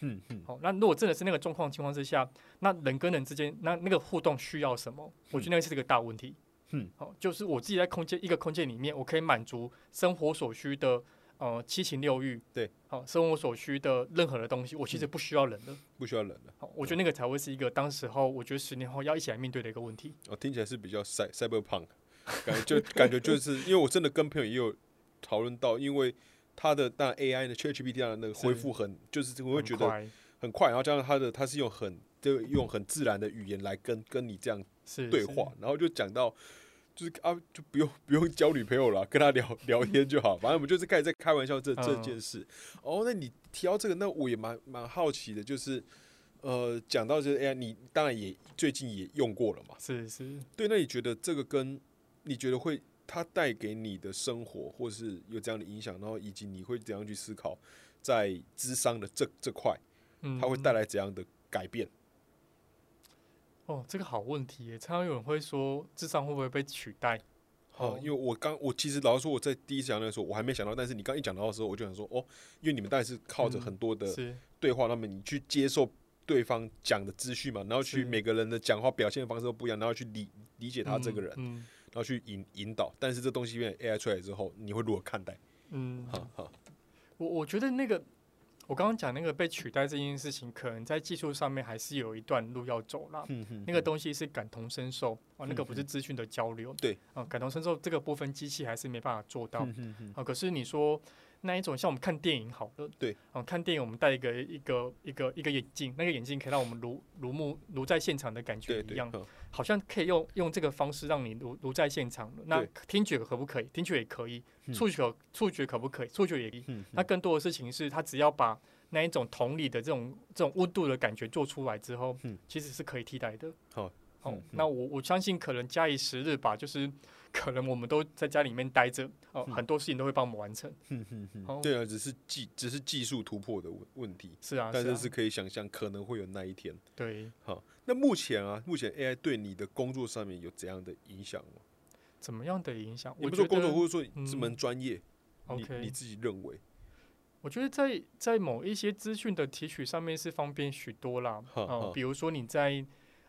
A: 哼哼
B: 好，那如果真的是那个状况情况之下，那人跟人之间那那个互动需要什么？我觉得那是个大问题。
A: 嗯，
B: 好，就是我自己在空间一个空间里面，我可以满足生活所需的呃七情六欲。
A: 对，嗯
B: 好，生活所需的任何的东西，我其实不需要人的。
A: 不需要人了。
B: 好，我觉得那个才会是一个当时候，我觉得十年后要一起来面对的一个问题。
A: 我哦听起来是比较 cy cyberpunk，感觉就 [LAUGHS] 感觉就是因为我真的跟朋友也有讨论到，因为它的当然 AI 的 ChatGPT 的那个恢
B: 是
A: 复很，就是我会
B: 很
A: 觉得
B: 快
A: 很快，然后加上它的它是用很就用很自然的语言来跟跟你这样
B: 是
A: 对话，，然后就讲到。就是啊，就不用 [LAUGHS] 不用交女朋友了，跟他聊 [LAUGHS] 聊天就好。反正我们就是开始在开玩笑这这
B: 嗯
A: 件事。哦，那你提到这个，那我也蛮蛮好奇的，就是呃，讲到这个 AI，你当然也最近也用过了嘛？
B: 是是是
A: 对，那你觉得这个跟你觉得会它带给你的生活，或是有这样的影响，然后以及你会怎样去思考在智商的这这块，
B: 嗯，
A: 它会带来怎样的改变？
B: 哦，这个好问题耶。常常有人会说，智商会不会被取代？
A: 哦，因为我刚我其实老实说，我在第一次讲的时候我还没想到，但是你刚一讲到的时候，我就想说哦，因为你们当然是靠着
B: 嗯
A: 很多的
B: 是
A: 对话，那么你去接受对方讲的资讯嘛，然后去
B: 是
A: 每个人的讲话表现的方式都不一样，然后去理理解他这个人，
B: 嗯嗯
A: 然后去引引导。但是这东西变成 AI 出来之后，你会如何看待？
B: 嗯
A: 哈哈，
B: 我我觉得那个，我刚刚讲那个被取代这件事情，可能在技术上面还是有一段路要走啦。
A: 嗯哼
B: 那个东西是感同身受哦，那
A: 嗯
B: 个不是资讯的交流。
A: 对，
B: 啊、感同身受这个部分机器还是没办法做到。
A: 嗯哼哼
B: 啊、可是你说那一种像我们看电影好了，
A: 对，
B: 啊、看电影我们戴一个一个一个一个眼镜，那个眼镜可以让我们如如目如在现场的感觉
A: 对
B: 一
A: 对，
B: 样，
A: 嗯
B: 好像可以用用这个方式让你如如在现场了。那
A: 对
B: 听觉可不可以？听觉也可以
A: 嗯，
B: 触觉触觉可不可以？触觉也可以。
A: 哼
B: 那
A: 哼
B: 更多的事情是，他只要把那一种同理的这种这种温度的感觉做出来之后，
A: 嗯
B: 其实是可以替代的。
A: 好
B: 哦，
A: 嗯
B: 那我我相信可能假以时日吧，就是可能我们都在家里面待着，哦，
A: 嗯
B: 很多事情都会帮我们完成。
A: 哼哼哼
B: 好
A: 对啊，只是技只是技术突破的问问题，
B: 是啊，
A: 但
B: 啊
A: 是是可以想象可能会有那一天。
B: 对，
A: 好，那目前啊，目前 AI 对你的工作上面有怎样的影响吗？
B: 怎么样的影响？
A: 也
B: 我
A: 不说
B: 觉
A: 工作，
B: 得
A: 或者说
B: 嗯
A: 这门专业，
B: OK
A: 你你自己认为？
B: 我觉得在在某一些资讯的提取上面是方便许多啦，
A: 哈哈
B: 呃，比如说你在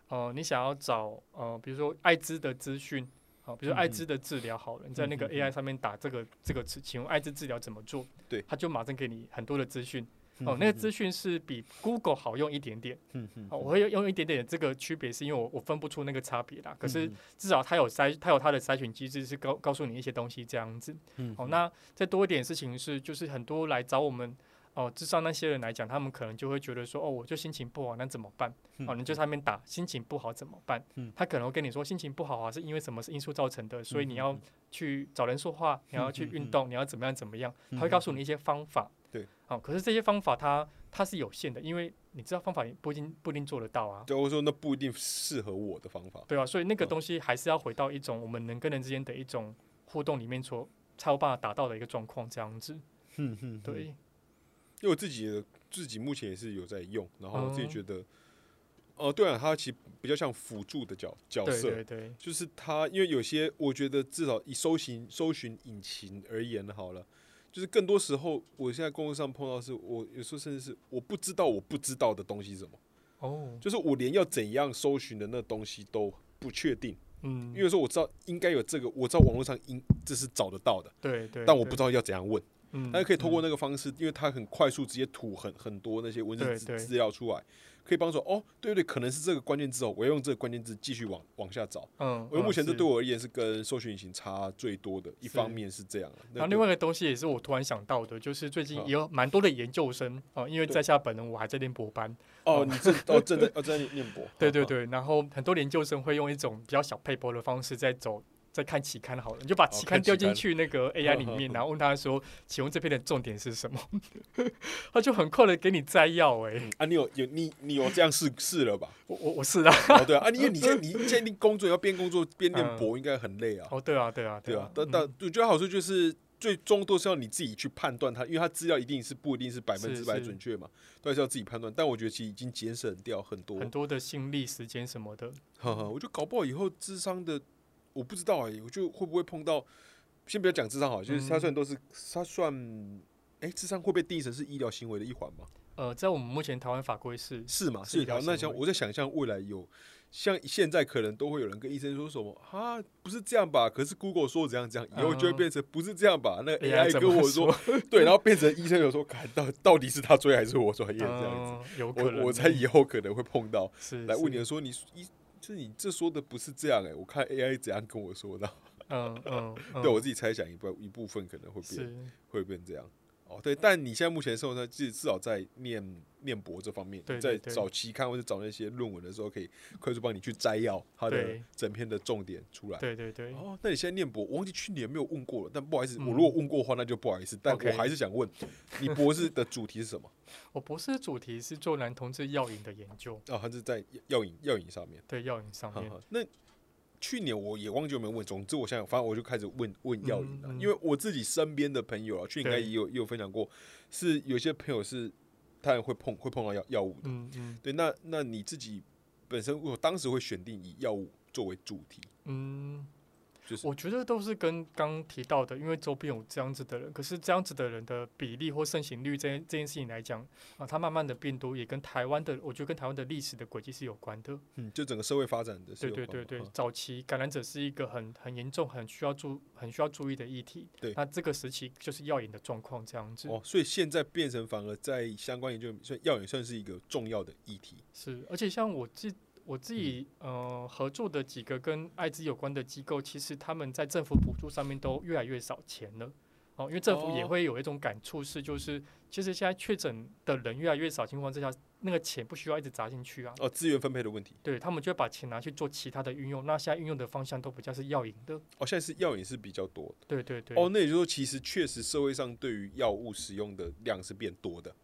B: 呃，你想要找呃，比如说艾滋的资讯，好、比如说艾
A: 嗯嗯
B: 滋的治疗好了，你在那个
A: 嗯嗯嗯
B: AI 上面打这个这个词，请问艾滋治疗怎么做？
A: 对
B: 它就马上给你很多的资讯。哦，那个资讯是比 Google 好用一点点。
A: 嗯哼
B: 哦，
A: 哼
B: 我会用一点点这个区别，是因为我我分不出那个差别啦。可是
A: 嗯
B: 至少它有筛，它有它的筛选机制，是告告诉你一些东西这样子。
A: 嗯
B: 哦，那再多一点事情是，就是很多来找我们哦，智商那些人来讲，他们可能就会觉得说，哦，我就心情不好，那怎么办？哦，你就在那边打心情不好怎么办？
A: 嗯
B: 他可能会跟你说心情不好啊，是因为什么因素造成的，所以
A: 嗯
B: 你要去找人说话，你要去运动，你要怎么样怎么样，他会告诉你一些方法。
A: 嗯对，
B: 哦，可是这些方法它它是有限的，因为你知道方法也不一定不一定做得到啊。
A: 对，我说那不一定适合我的方法。
B: 对啊，所以那个
A: 嗯
B: 东西还是要回到一种我们人跟人之间的一种互动里面所才有办法达到的一个状况，这样子。
A: 嗯哼，
B: 对，
A: 因为我自己的自己目前也是有在用，然后我自己
B: 哦
A: 觉得，哦，对啊，它其实比较像辅助的角角
B: 对
A: 色，
B: 对对，
A: 就是它，因为有些我觉得至少以搜寻搜寻引擎而言好了，就是更多时候我现在工作上碰到的是我有时候甚至是我不知道我不知道的东西是什么，
B: 哦，
A: 就是我连要怎样搜寻的那东西都不确定，
B: 嗯，
A: 因为说我知道应该有这个，我知道网络上应这是找得到的，
B: 对对，
A: 但我不
B: 对
A: 知道要怎样问，
B: 嗯
A: 但是可以透过
B: 嗯
A: 那个方式，因为它很快速，直接吐很很多那些文字
B: 对
A: 资
B: 对
A: 资料出来，可以帮助哦，对对，可能是这个关键字哦，我要用这个关键字继续往往下找。
B: 嗯，
A: 我目前这
B: 是
A: 对我而言是跟搜寻引擎差最多的一
B: 是
A: 方面是这样啊，那
B: 然
A: 对
B: 后另外一个东西也是我突然想到的，就是最近
A: 啊
B: 也有蛮多的研究生哦、因为
A: 对
B: 在下本人我还在念博班，
A: 哦，你正哦正在哦正在念博，
B: [LAUGHS] 对对
A: 好，好
B: 对，然后很多研究生会用一种比较小 paper 的方式在走。在看期刊好了，你就把期
A: 哦看
B: 刊
A: 期
B: 丢进
A: 刊
B: 去那
A: [LAUGHS]
B: 个 AI 里面，然后问他说，请问这篇的重点是什么？ [LAUGHS] 他就很快的给你摘要、欸。哎，
A: 啊，你有有你你有这样试试了吧？
B: 我我我是啊，
A: 哦对啊，啊因为你现在你现在你工作要边工作边念
B: 嗯
A: 博，应该很累啊，
B: 哦对啊对啊
A: 对啊
B: 啊，，
A: 但但我觉得好处就是。最终都是要你自己去判断它，因为它资料一定是不一定是百分之
B: 是
A: 百
B: 是
A: 准确嘛，都还是要自己判断。但我觉得其实已经节省掉很多
B: 嗯、很多的心力、时间什么的，
A: 呵呵，我觉得搞不好以后智商的，我不知道哎、我就会不会碰到，先不要讲智商好了，就是它
B: 嗯
A: 算都是它算，哎、智商会被定义成是医疗行为的一环吗？
B: 呃，在我们目前台湾法规是
A: 是吗？
B: 是
A: 是
B: 医疗
A: 好，那
B: 行
A: 像
B: 为
A: 我在想象未来有，像现在可能都会有人跟医生说什么啊，不是这样吧？可是 Google 说怎样怎样，以后就会
B: 嗯
A: 变成不是这样吧？那个
B: AI
A: AI
B: 怎
A: 跟
B: 么
A: 我说，对，然后变成医生有时候看到到底是他追还是我专业这样子，
B: 嗯，有可能
A: 我我猜以后可能会碰到。
B: 是
A: 来问
B: 是
A: 你说，你一这你这说的不是这样哎、我看 AI 怎样跟我说的，
B: 嗯
A: [LAUGHS]
B: 嗯，嗯
A: 对我自己猜想一部一部分可能会变
B: 是
A: 会变这样。哦，对，但你现在目前生活上至至少在念念博这方面，
B: 对对
A: 在
B: 对
A: 找期刊或者找那些论文的时候，可以快速帮你去摘要它的
B: 对
A: 整篇的重点出来。
B: 对对对，
A: 哦，那你现在念博，我忘记去年有没有问过了，但不好意思，
B: 嗯
A: 我如果问过的话，那就不好意思，但我
B: OK
A: 还是想问，你博士的主题是什么？ [LAUGHS]
B: 我博士的主题是做男同志药瘾的研究，
A: 啊，还是在药引药引上面。
B: 对药瘾上
A: 好
B: 面，
A: 好，那去年我也忘记有没有问，总之我想想，反正我就开始问问耀颖了，
B: 嗯嗯
A: 因为我自己身边的朋友啊，去年应该
B: 对
A: 也有也有分享过，是有些朋友是他会碰会碰到药药物的。
B: 嗯嗯
A: 对，那那你自己本身，我当时会选定以药物作为主题，
B: 嗯，
A: 就是
B: 我觉得都是跟刚提到的，因为周边有这样子的人，可是这样子的人的比例或盛行率这件这件事情来讲啊，它慢慢的变多，也跟台湾的，我觉得跟台湾的历史的轨迹是有关的。
A: 嗯，就整个社会发展的是嗯
B: 对
A: 有
B: 对
A: 关
B: 对
A: 嘛
B: 对
A: 哈，
B: 早期感染者是一个很很严重、很需要注、很需要注意的议题。
A: 对
B: 那这个时期就是药瘾的状况这样子。
A: 哦，所以现在变成反而在相关研究里面，所以药引算是一个重要的议题。
B: 是，而且像我自我
A: 嗯
B: 自己、呃合作的几个跟艾滋有关的机构，其实他们在政府补助上面都越来越少钱了。哦，因为政府也
A: 哦
B: 会有一种感触是，就是、其实现在确诊的人越来越少情况之下，那个钱不需要一直砸进去啊。
A: 哦，资源分配的问题，
B: 对他们就会把钱拿去做其他的运用，那现在运用的方向都比较是药引的。
A: 哦，现在是药引是比较多的。
B: 对对对。
A: 哦，那也就是说，其实确实社会上对于药物使用的量是变多的。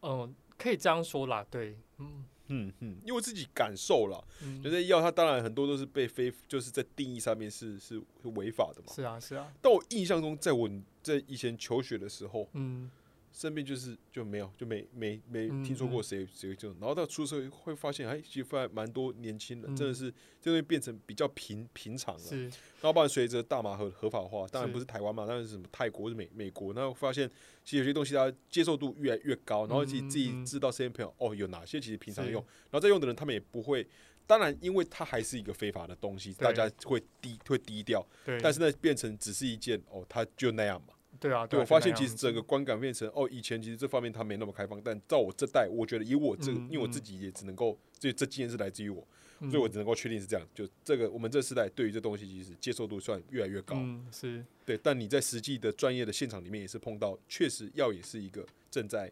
B: 嗯、可以这样说啦。对，嗯
A: 嗯嗯，因为我自己感受了，
B: 嗯
A: 觉，得药它当然很多都是被非，就是在定义上面是是是违法的嘛。
B: 是啊是啊，
A: 但我印象中，在我在以前求学的时候，
B: 嗯。
A: 身边就是就没有就没没没
B: 嗯
A: 听说过
B: 嗯
A: 谁谁会这种，然后到出社会会发现，哎，其实发现蛮多年轻人、
B: 嗯
A: 真的是就会变成比较平平常了。
B: 是，
A: 然后，包然随着大麻合合法化，当然
B: 是
A: 不是台湾嘛，当然是什么泰国、是美美国，那我发现其实有些东西它接受度越来越高，然后自己
B: 嗯
A: 自己
B: 嗯
A: 知道身边朋友哦有哪些其实平常
B: 是
A: 用，然后再用的人他们也不会。当然，因为它还是一个非法的东西，
B: 对
A: 大家会低会低调，
B: 对，
A: 但是呢，变成只是一件哦，它就那样嘛。
B: 对啊，
A: 对我
B: 啊
A: 发
B: 就
A: 现，
B: 那
A: 其
B: 样
A: 实整
B: 子
A: 个观感变成哦，以前其实这方面它没那么开放，但到我这代，我觉得以我这，
B: 嗯
A: 因为我自
B: 嗯
A: 己也只能够这这经验是来自于我，
B: 嗯
A: 所以我只能够确定是这样。就这个我们这世代对于这东西其实接受度算越来越高，
B: 嗯是
A: 对。但你在实际的专业的现场里面也是碰到，确实药也是一个正在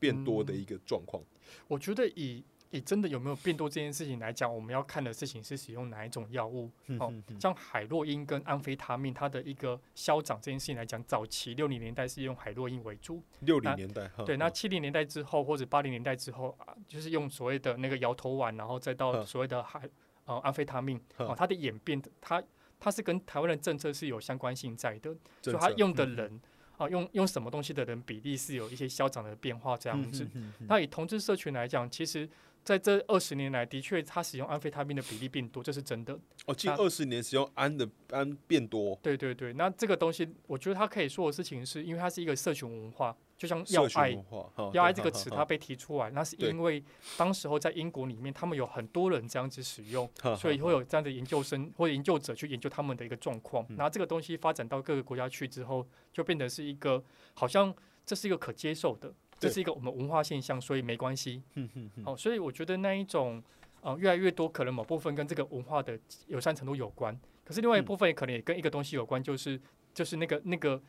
A: 变多的一个状况。
B: 我觉得以以真的有没有变多这件事情来讲，我们要看的事情是使用哪一种药物。哦，像海洛因跟安非他命，它的一个消长这件事情来讲，早期六零年代是用海洛因为主，
A: 六零、
B: 那
A: 年代哈，
B: 对，那
A: 嗯
B: 七零年代之后或者八零年代之后啊，就是用所谓的那个摇头丸，然后再到
A: 嗯
B: 所谓的海呃安非他命，
A: 嗯
B: 哦，它的演变，它它是跟台湾的政策是有相关性在的，就
A: 政
B: 它
A: 策
B: 用的
A: 嗯
B: 人啊、用用什么东西的人比例是有一些消长的变化
A: 嗯
B: 这样子。
A: 嗯嗯嗯
B: 那以同志社群来讲，其实在这二十年来，的确他使用安非他命的比例变多，这是真的。
A: 哦，近
B: 那
A: 二十年使用氨的氨变多
B: 对对对，那这个东西，我觉得他可以说的事情是，因为它是一个社群文化，就像要
A: 社群
B: 爱
A: 文化，哈
B: 要爱
A: 对
B: 这个
A: 哈
B: 词，
A: 哈
B: 它被提出来，那是
A: 对
B: 因为当时候在英国里面，他们有很多人这样子使用，
A: 哈
B: 所以
A: 哈
B: 会有这样的研究生或者研究者去研究他们的一个状况。
A: 嗯
B: 然后这个东西发展到各个国家去之后，就变得是一个好像这是一个可接受的，这
A: 对
B: 是一个我们文化现象，所以没关系。
A: 哼哼哼
B: 好、所以我觉得那一种呃越来越多，可能某部分跟这个文化的友善程度有关，可是另外一
A: 嗯
B: 部分也可能也跟一个东西有关，就是就是那个那个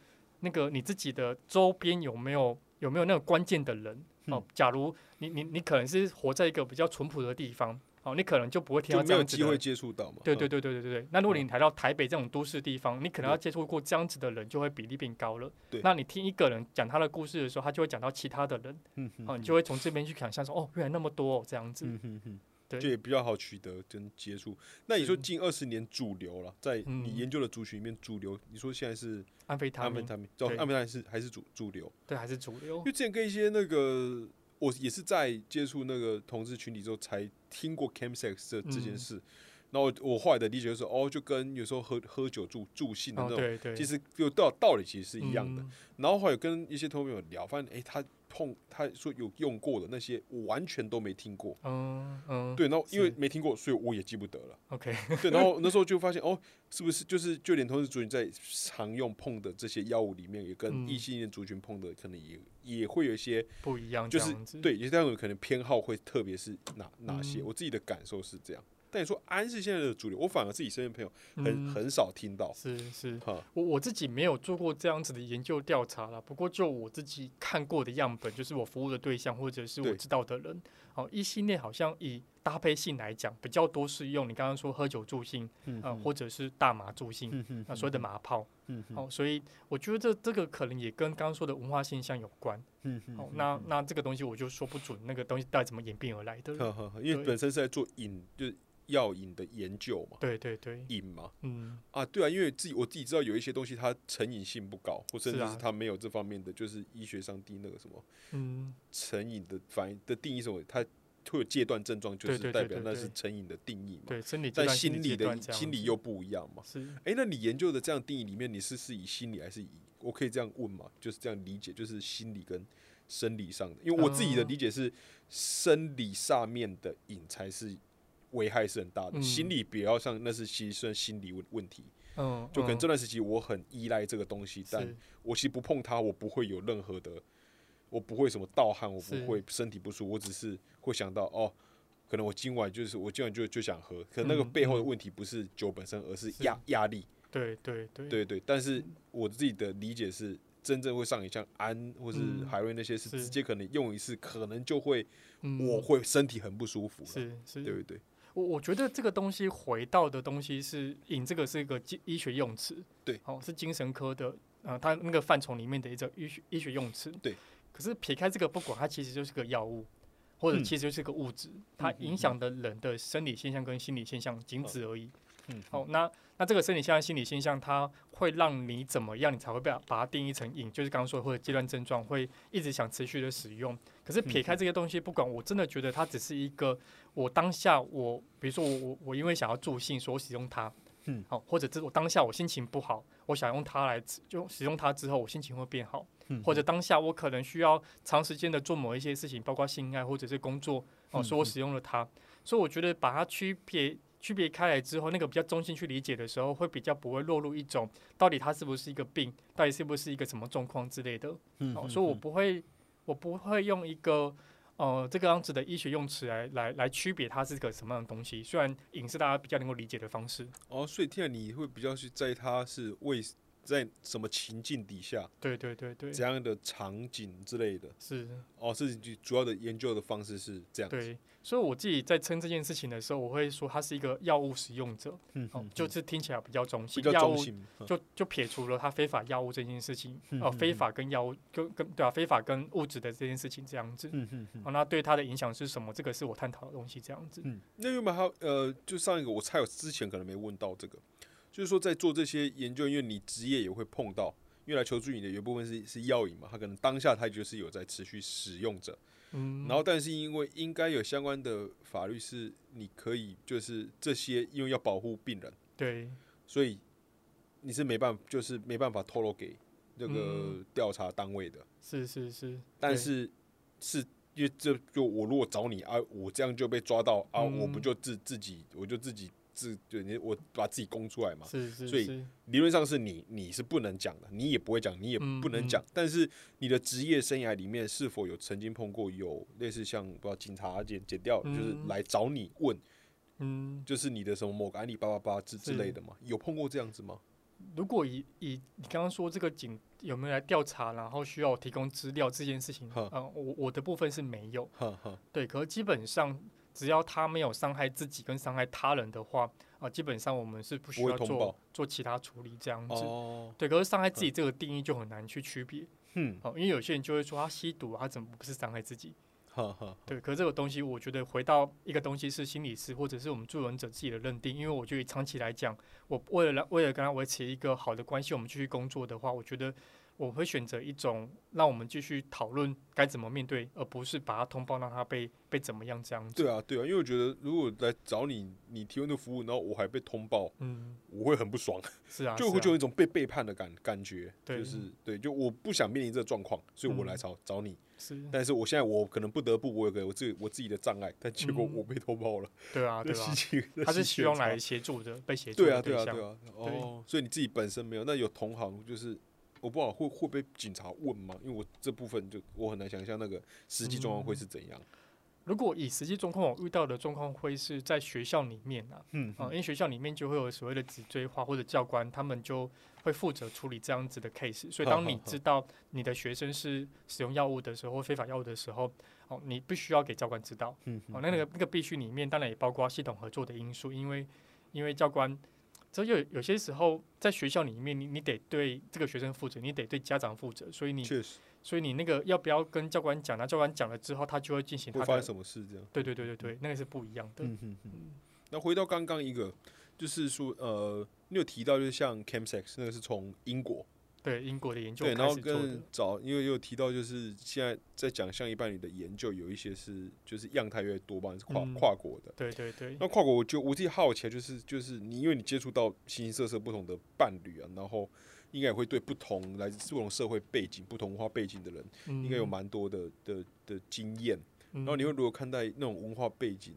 B: 那个你自己的周边有没有有没有那个关键的人哦、
A: 嗯
B: 假如你你你可能是活在一个比较淳朴的地方，哦，你可能就不会听
A: 就
B: 到
A: 没
B: 这
A: 有
B: 样子
A: 机
B: 的
A: 会
B: 人。
A: 接触到嘛，
B: 对对
A: 嗯，
B: 对对对对对，那如果
A: 嗯
B: 你来到台北这种都市地方，你可能要
A: 对
B: 接触过这样子的人，就会比例变高了。
A: 对
B: 那你听一个人讲他的故事的时候，他就会讲到其他的人，
A: 嗯哼
B: 哦，
A: 哼
B: 你就会从这边去想象说，哦，原来那么多、哦、这样子。
A: 嗯哼哼，
B: 对
A: 就也比较好取得跟接触。那你说
B: 是
A: 近二十年主流了，在你
B: 嗯
A: 研究的族群里面，主流，你说现在是
B: 安非他
A: 安非
B: 命，
A: 他命，哦
B: 对
A: 安非他命是还是主主流？
B: 对，还是主流
A: 因。为之前跟一些那个，我也是在接触那个同志群体之后，才听过 chemsex 这这件
B: 嗯
A: 事。然后我我后来的理解就是，哦，就跟有时候喝喝酒助助兴的
B: 哦，
A: 那种，
B: 对对，嗯
A: 其
B: 实
A: 实就道道理其实是一样的。然后后来跟一些同朋友聊，发现诶，他碰他说有用过的那些，我完全都没听过。
B: 嗯嗯，
A: 对，然后因为
B: 是
A: 没听过，所以我也记不得了。
B: ，OK， [LAUGHS]
A: 对，然后那时候就发现哦，是不是就是就连同志族群在常用碰的这些药物里面，也跟
B: 嗯
A: 异性恋族群碰的，可能也也会有一些，
B: 不一样，
A: 就
B: 这
A: 是
B: 样子。
A: 对，有些当中可能偏好会特别是哪哪些，
B: 嗯
A: 我自己的感受是这样。但你说安是现在的主流，我反而自己身边朋友
B: 嗯，
A: 很、很少听到，
B: 是啊是，
A: 哈，
B: 我我自己没有做过这样子的研究调查啦，不过就我自己看过的样本，就是我服务的对象或者是我
A: 对
B: 知道的人，哦，异性恋好像以搭配性来讲比较多是用你刚刚说喝酒助兴，
A: 嗯
B: 啊，或者是大麻助兴，
A: 嗯
B: 啊，所谓的麻炮，
A: 嗯
B: 哦，所以我觉得这这个可能也跟刚刚说的文化现象有关，
A: 嗯
B: 哦，那那这个东西我就说不准那个东西到底怎么演变而来的
A: 呵
B: 了，
A: 呵呵，因为
B: 对
A: 本身是在做瘾，就是药瘾的研究嘛，
B: 对对对，
A: 瘾嘛，
B: 嗯，
A: 啊，对啊，因为自己我自己知道有一些东西它成瘾性不高，或甚
B: 是
A: 至
B: 啊
A: 是它没有这方面的，就是医学上第那个什么
B: 嗯，
A: 成瘾的反应的定义是什么，它会有戒断症状，就
B: 对
A: 是
B: 对
A: 代
B: 对
A: 表
B: 对
A: 那
B: 对
A: 是成瘾的定义嘛。
B: 对，生理阶
A: 但
B: 段
A: 心理
B: 阶
A: 的
B: 段这样
A: 心理
B: 子
A: 又不一样嘛。
B: 是
A: 诶，那你研究的这样定义里面，你是是以心理还是以我可以这样问嘛？就是这样理解，就是心理跟生理上的，因为我自己的
B: 嗯
A: 理解是生理上面的瘾才是危害是很大的，心
B: 嗯
A: 理比较像那是其实算心理问问题。
B: 嗯，
A: 就可能
B: 嗯
A: 这段时期我很依赖这个东西，但
B: 是
A: 我其实不碰它，我不会有任何的，我不会什么盗汗，我
B: 是
A: 不会身体不舒服，我只是会想到哦，可能我今晚就是我今晚就就想喝，可能那个
B: 嗯
A: 背后的
B: 嗯
A: 问题不是酒本身，而是
B: 是
A: 压压力，
B: 对对对
A: 对对。但是我自己的理解是，真正会上瘾，像安或是
B: 嗯
A: 海瑞那些是
B: 是
A: 直接可能用一次，可能就会
B: 嗯
A: 我会身体很不舒服了，
B: 是是，
A: 对不对？
B: 我我觉得这个东西回到的东西是“瘾”，这个是一个精医学用词，
A: 对
B: 哦，是精神科的，呃，它那个范畴里面的一种医学医学用词，
A: 对。
B: 可是撇开这个不管，它其实就是个药物，或者
A: 嗯
B: 其实就是个物质，它
A: 嗯嗯
B: 影响的人的生理现象跟心理现象，仅此而已。
A: 嗯，
B: 哦，那那这个生理现象、心理现象，它会让你怎么样，你才会被把它定义成瘾？就是刚刚说的，或者阶段症状，会一直想持续的使用。可是撇
A: 嗯
B: 开这些东西不管，我真的觉得它只是一个我当下我，比如说我我我因为想要助兴，所以我使用它。
A: 嗯，
B: 好，或者这我当下我心情不好，我想用它来就使用它之后，我心情会变好。
A: 嗯
B: 或者当下我可能需要长时间的做某一些事情，包括性爱或者是工作，哦，
A: 嗯
B: 所以我
A: 嗯
B: 使用了它，所以我觉得把它区别区别开来之后，那个比较中性去理解的时候，会比较不会落入一种到底它是不是一个病，到底是不是一个什么状况之类的，
A: 嗯
B: 哦，
A: 嗯
B: 所以我
A: 嗯
B: 不会我不会用一个。呃，这个样子的医学用词来来来区别它是个什么样的东西，虽然影是大家比较能够理解的方式，
A: 哦，所以听来你会比较去在意它是为在什么情境底下，
B: 对对对对，
A: 怎样的场景之类的。
B: 是
A: 哦，是你主要的研究的方式是这样子。
B: 对，所以我自己在称这件事情的时候，我会说它是一个药物使用者，
A: 嗯，
B: 哦
A: 嗯，嗯
B: 就是听起来比较中
A: 比
B: 性，
A: 较
B: 药
A: 中
B: 物
A: 性，嗯
B: 就就撇除了他非法药物这件事情，
A: 嗯
B: 哦，
A: 嗯
B: 非
A: 嗯
B: 法跟药物跟跟对啊，非法跟物质的这件事情这样子，
A: 嗯嗯嗯
B: 哦，那对他的影响是什么？这个是我探讨的东西，这样子，
A: 嗯。那有没有还有呃，就上一个我猜我之前可能没问到这个，就是说在做这些研究，因为你职业也会碰到，因为来求助你的有一部分是是药瘾嘛，他可能当下他就是有在持续使用着。
B: 嗯，
A: 然后，但是因为应该有相关的法律是你可以就是这些，因为要保护病人。
B: 对，
A: 所以你是没办法，就是没办法透露给那
B: 嗯
A: 个调查单位的，
B: 是是是，
A: 但
B: 对
A: 是是因为这就我如果找你啊，我这样就被抓到啊，我不
B: 嗯
A: 就自自己我就自己自对你我把自己供出来嘛。
B: 是是
A: 所以
B: 是，
A: 理论上是你你是不能讲的，你也不会讲，你也不能
B: 嗯
A: 讲。但是你的职业生涯里面是否有曾经碰过有类似像不知道警察检检调，就是
B: 嗯
A: 来找你问，
B: 嗯，
A: 就是你的什么某个案例八八八之之
B: 是
A: 类的吗？有碰过这样子吗？
B: 如果以以你刚刚说这个警有没有来调查，然后需要我提供资料这件事情，
A: 哈
B: 嗯、我我的部分是没有，
A: 哈哈，
B: 对，可是基本上只要他没有伤害自己跟伤害他人的话，啊、基本上我们是不需
A: 不会
B: 要
A: 通
B: 做
A: 报
B: 做其他处理这样子。
A: 哦，
B: 对，可是伤害自己这个定义就很难去区别，
A: 哼，
B: 哦，因为有些人就会说他吸毒，他怎么不是伤害自己？
A: 哈哈，
B: 对，可是这个东西，我觉得回到一个东西是心理师或者是我们助人者自己的认定，因为我觉得长期来讲，我为了让为了跟他维持一个好的关系，我们继续工作的话，我觉得我会选择一种让我们继续讨论该怎么面对，而不是把它通报让他被被怎么样这样子。
A: 对啊，对啊，因为我觉得如果来找你，你提供的服务，然后我还被通报，
B: 嗯，
A: 我会很不爽，
B: 是啊，
A: 就是会
B: 啊
A: 就有一种被背叛的感感觉，
B: 对
A: 就是对，就我不想面临这个状况，所以我来
B: 嗯
A: 找找你。
B: 是，啊
A: 但是我现在我可能不得不，我有个我自己我自己的障碍，但结果
B: 嗯
A: 我被通报了，
B: 对啊，
A: 这
B: 对啊
A: 事，情
B: 他是希望。
A: 这
B: 来
A: 事情
B: 协助的，被协
A: 很
B: 助
A: 对
B: 的
A: 啊，对啊，
B: 象
A: 对啊。哦，所以你自己本身没有，那有同行就是我不好会会被警察问吗？因为我这部分就我很难想象那个实际状况
B: 嗯
A: 会是怎样。
B: 如果以实际状况，我遇到的状况会是在学校里面啊，
A: 嗯
B: 啊、因为学校里面就会有所谓的脊椎化或者教官，他们就会负责处理这样子的 case。所以，
A: 好
B: 当
A: 好
B: 你
A: 好
B: 知道你的学生是使用药物的时候，非法药物的时候，哦，你必须要给教官知道。
A: 嗯
B: 哦，那那个那个必须里面当然也包括系统合作的因素，因为因为教官，这有有些时候在学校里面你，你得对这个学生负责，你得对家长负责，所以你
A: 确实
B: 所以你那个要不要跟教官讲？那教官讲了之后，他就会进行
A: 会
B: 他
A: 发
B: 的
A: 生。什么事这样。
B: 对对对对对，那个是不一样的。
A: 嗯哼哼。那回到刚刚一个，就是说呃，你有提到就是像 Camsex 那个是从英国
B: 对英国的研究
A: 对，然
B: 开
A: 后
B: 始做的
A: 跟。找，因为有提到就是现在在讲像一伴侣的研究，有一些是就是样态越多嘛，是跨、
B: 嗯
A: 跨国的。
B: 对对对，
A: 那跨国，我就我自己好奇，啊就是就是你因为你接触到形形色色不同的伴侣啊，然后应该也会对不同来自不同社会背景、不同文化背景的人，
B: 应
A: 应该有蛮多的的的经验。
B: 嗯。
A: 然
B: 然
A: 后你会如何看待那种文化背景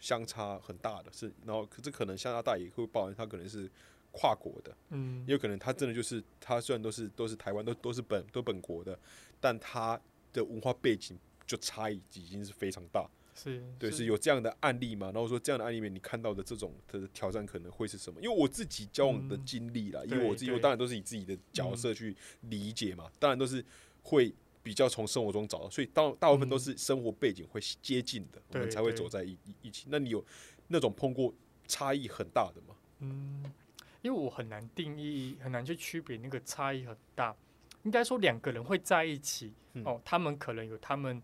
A: 相差很大的是，然后可这可能加拿大也会包含它可能是跨国的。
B: 嗯
A: 也有可能他真的就是他虽然都是都是台湾都都是本都本国的，但他的文化背景就差异已经是非常大。
B: 是
A: 对，是有这样的案例吗？然后说这样的案例里面你看到的这种的挑战可能会是什么？因为我自己交往的
B: 嗯
A: 经历啦，因
B: 对
A: 为我自己我
B: 对
A: 当然都是以自己的角色去理解嘛，当然都是会。比较从生活中找到，所以大大部分都
B: 嗯
A: 是生活背景会接近的，我们
B: 对
A: 才会
B: 对
A: 走在一一一起。那你有那种碰过差异很大的吗？
B: 嗯，因为我很难定义，很难去区别那个差异很大。应该说两个人会在一起、
A: 嗯
B: 哦，他们可能有他们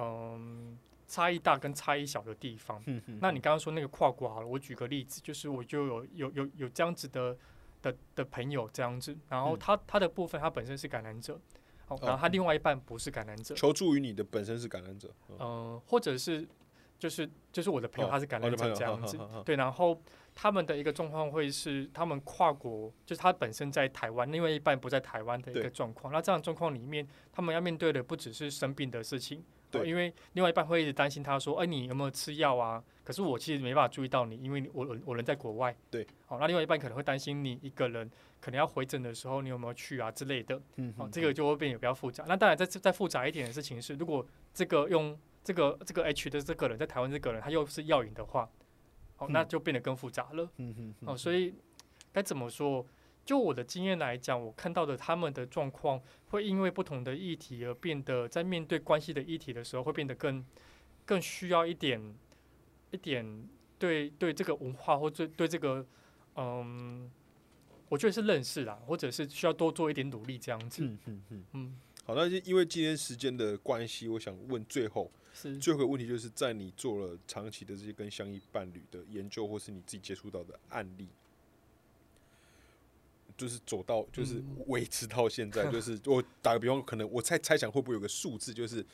B: 嗯差异大跟差异小的地方。
A: 嗯
B: 嗯那你刚刚说那个跨国好了，我举个例子，就是我就有有有有这样子的的的朋友这样子，然后
A: 嗯
B: 他、他的部分他本身是感染者，哦，然后他另外一半不是感染者，
A: 哦求助于你的本身是感染者，嗯
B: 嗯，或者是就是就是我的朋友
A: 哦
B: 他是感
A: 哦
B: 染
A: 你朋
B: 者
A: 友
B: 这样子
A: 好好好好，
B: 对，然后他们的一个状况会是他们跨国，就是他本身在台湾，另外一半不在台湾的一
A: 对
B: 个状况。那这样的状况里面，他们要面对的不只是生病的事情，
A: 对
B: 哦因为另外一半会一直担心他说，哎，你有没有吃药啊？可是我其实没办法注意到你，因为你我我我人在国外，
A: 对，
B: 好、那另外一半可能会担心你一个人可能要回诊的时候，你有没有去啊之类的，
A: 嗯
B: 哦，这个就会变得比较复杂。那当然再，再再复杂一点的事情是，如果这个用这个这个 H 的这个人在台湾这个人，他又是药瘾的话，哦，那
A: 嗯
B: 就变得更复杂了。
A: 嗯哼
B: 哦，所以该怎么说？就我的经验来讲，我看到的他们的状况会因为不同的议题而变得，在面对关系的议题的时候，会变得更更需要一点一点对对这个文化或对对这个嗯，我觉得是认识啦，或者是需要多做一点努力这样子。
A: 嗯嗯嗯。
B: 嗯，
A: 好，那就因为今天时间的关系，我想问最后
B: 是
A: 最后一个问题，就是在你做了长期的这些跟相依伴侣的研究，或是你自己接触到的案例，就是走到就是
B: 嗯
A: 维持到现在，
B: [LAUGHS]
A: 就是我打个比方，可能我猜猜想会不会有个数字，就是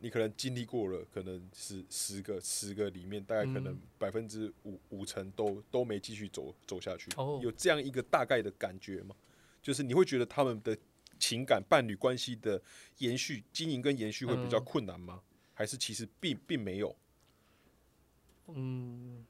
A: 你可能经历过了，可能是十个十个里面，大概可能
B: 嗯
A: 百分之五五成都都没继续走走下去，
B: 哦
A: 有这样一个大概的感觉吗？就是你会觉得他们的情感伴侣关系的延续、经营跟延续会比较困难吗？还是其实并并没有？
B: 嗯，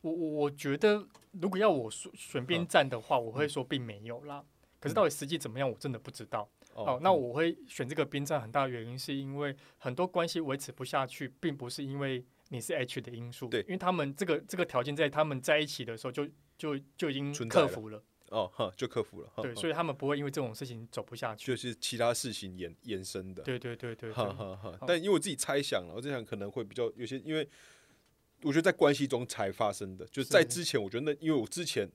B: 我我我觉得，如果要我选选
A: 嗯
B: 边站的话，我会说并没有啦。可是到底实际怎么样，我真的不知道。哦，那
A: 嗯
B: 我会选这个边站，很大的原因是因为很多关系维持不下去，并不是因为你是 H 的因素，
A: 对
B: 因为他们这个这个条件在他们在一起的时候就就就已经
A: 存在
B: 克
A: 了嗯
B: 服了，
A: 哦哈就克服了，哈
B: 对，
A: 哈
B: 所以他们不会因为这种事情走不下去，
A: 就是其他事情衍衍生的，
B: 对对对对
A: 哈
B: 对，
A: 哈哈
B: 好。
A: 但因为我自己猜想了，我在想可能会比较有些，因为我觉得在关系中才发生的，就是在
B: 是
A: 之前，我觉得那因为我之前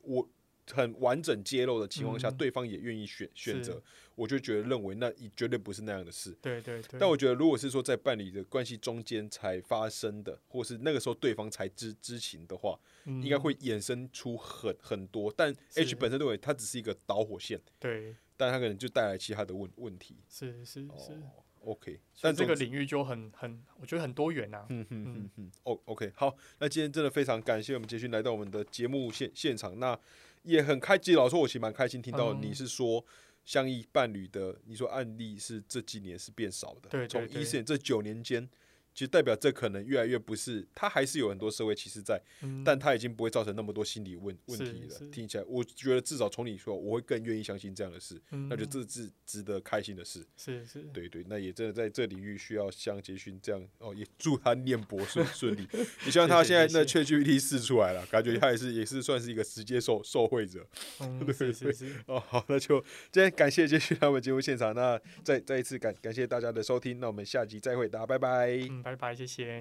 A: 我很完整揭露的情况下，
B: 嗯
A: 对方也愿意选选择
B: 是，
A: 我就觉得认为那一绝对不是那样的事。
B: 对对对，
A: 但我觉得，如果是说在伴侣的关系中间才发生的，或是那个时候对方才知知情的话，应该
B: 嗯
A: 会衍生出很很多。但 H
B: 是
A: 本身认为它只是一个导火线，
B: 对，
A: 但它可能就带来其他的问问题。
B: 是是是，
A: 哦，OK，
B: 所
A: 但
B: 以这
A: 总
B: 个
A: 之
B: 领域就很很，我觉得很多元啊，
A: 嗯哼哼
B: 嗯
A: 哼，O OK，好，那今天真的非常感谢我们杰勋来到我们的节目现现场，那也很开，其实老实说，我其实蛮开心听到
B: 嗯
A: 你是说相依伴侣的，你说案例是这几年是变少的，
B: 对对
A: 从一
B: 对
A: 四年这九年间，其实代表这可能越来越不是，它还是有很多社会歧视在，
B: 嗯
A: 但它已经不会造成那么多心理问问题
B: 是
A: 了。
B: 是
A: 听起来，我觉得至少从你说，我会更愿意相信这样的事，那就
B: 嗯
A: 这是值得开心的事。
B: 是是，
A: 对对，那也真的在这领域需要像杰勋这样哦，也祝他念博顺顺利。你像他
B: 谢
A: 现
B: 谢
A: 在那
B: 谢
A: ChatGPT 四出来了，感觉他也是也是算是一个直接受受惠者
B: 嗯
A: 对对
B: 是是是，
A: 哦。好，那就今天感谢杰勋来我们节目现场，那再再一次感感谢大家的收听，那我们下集再嗯会，大家拜拜。
B: 嗯，拜拜，谢谢。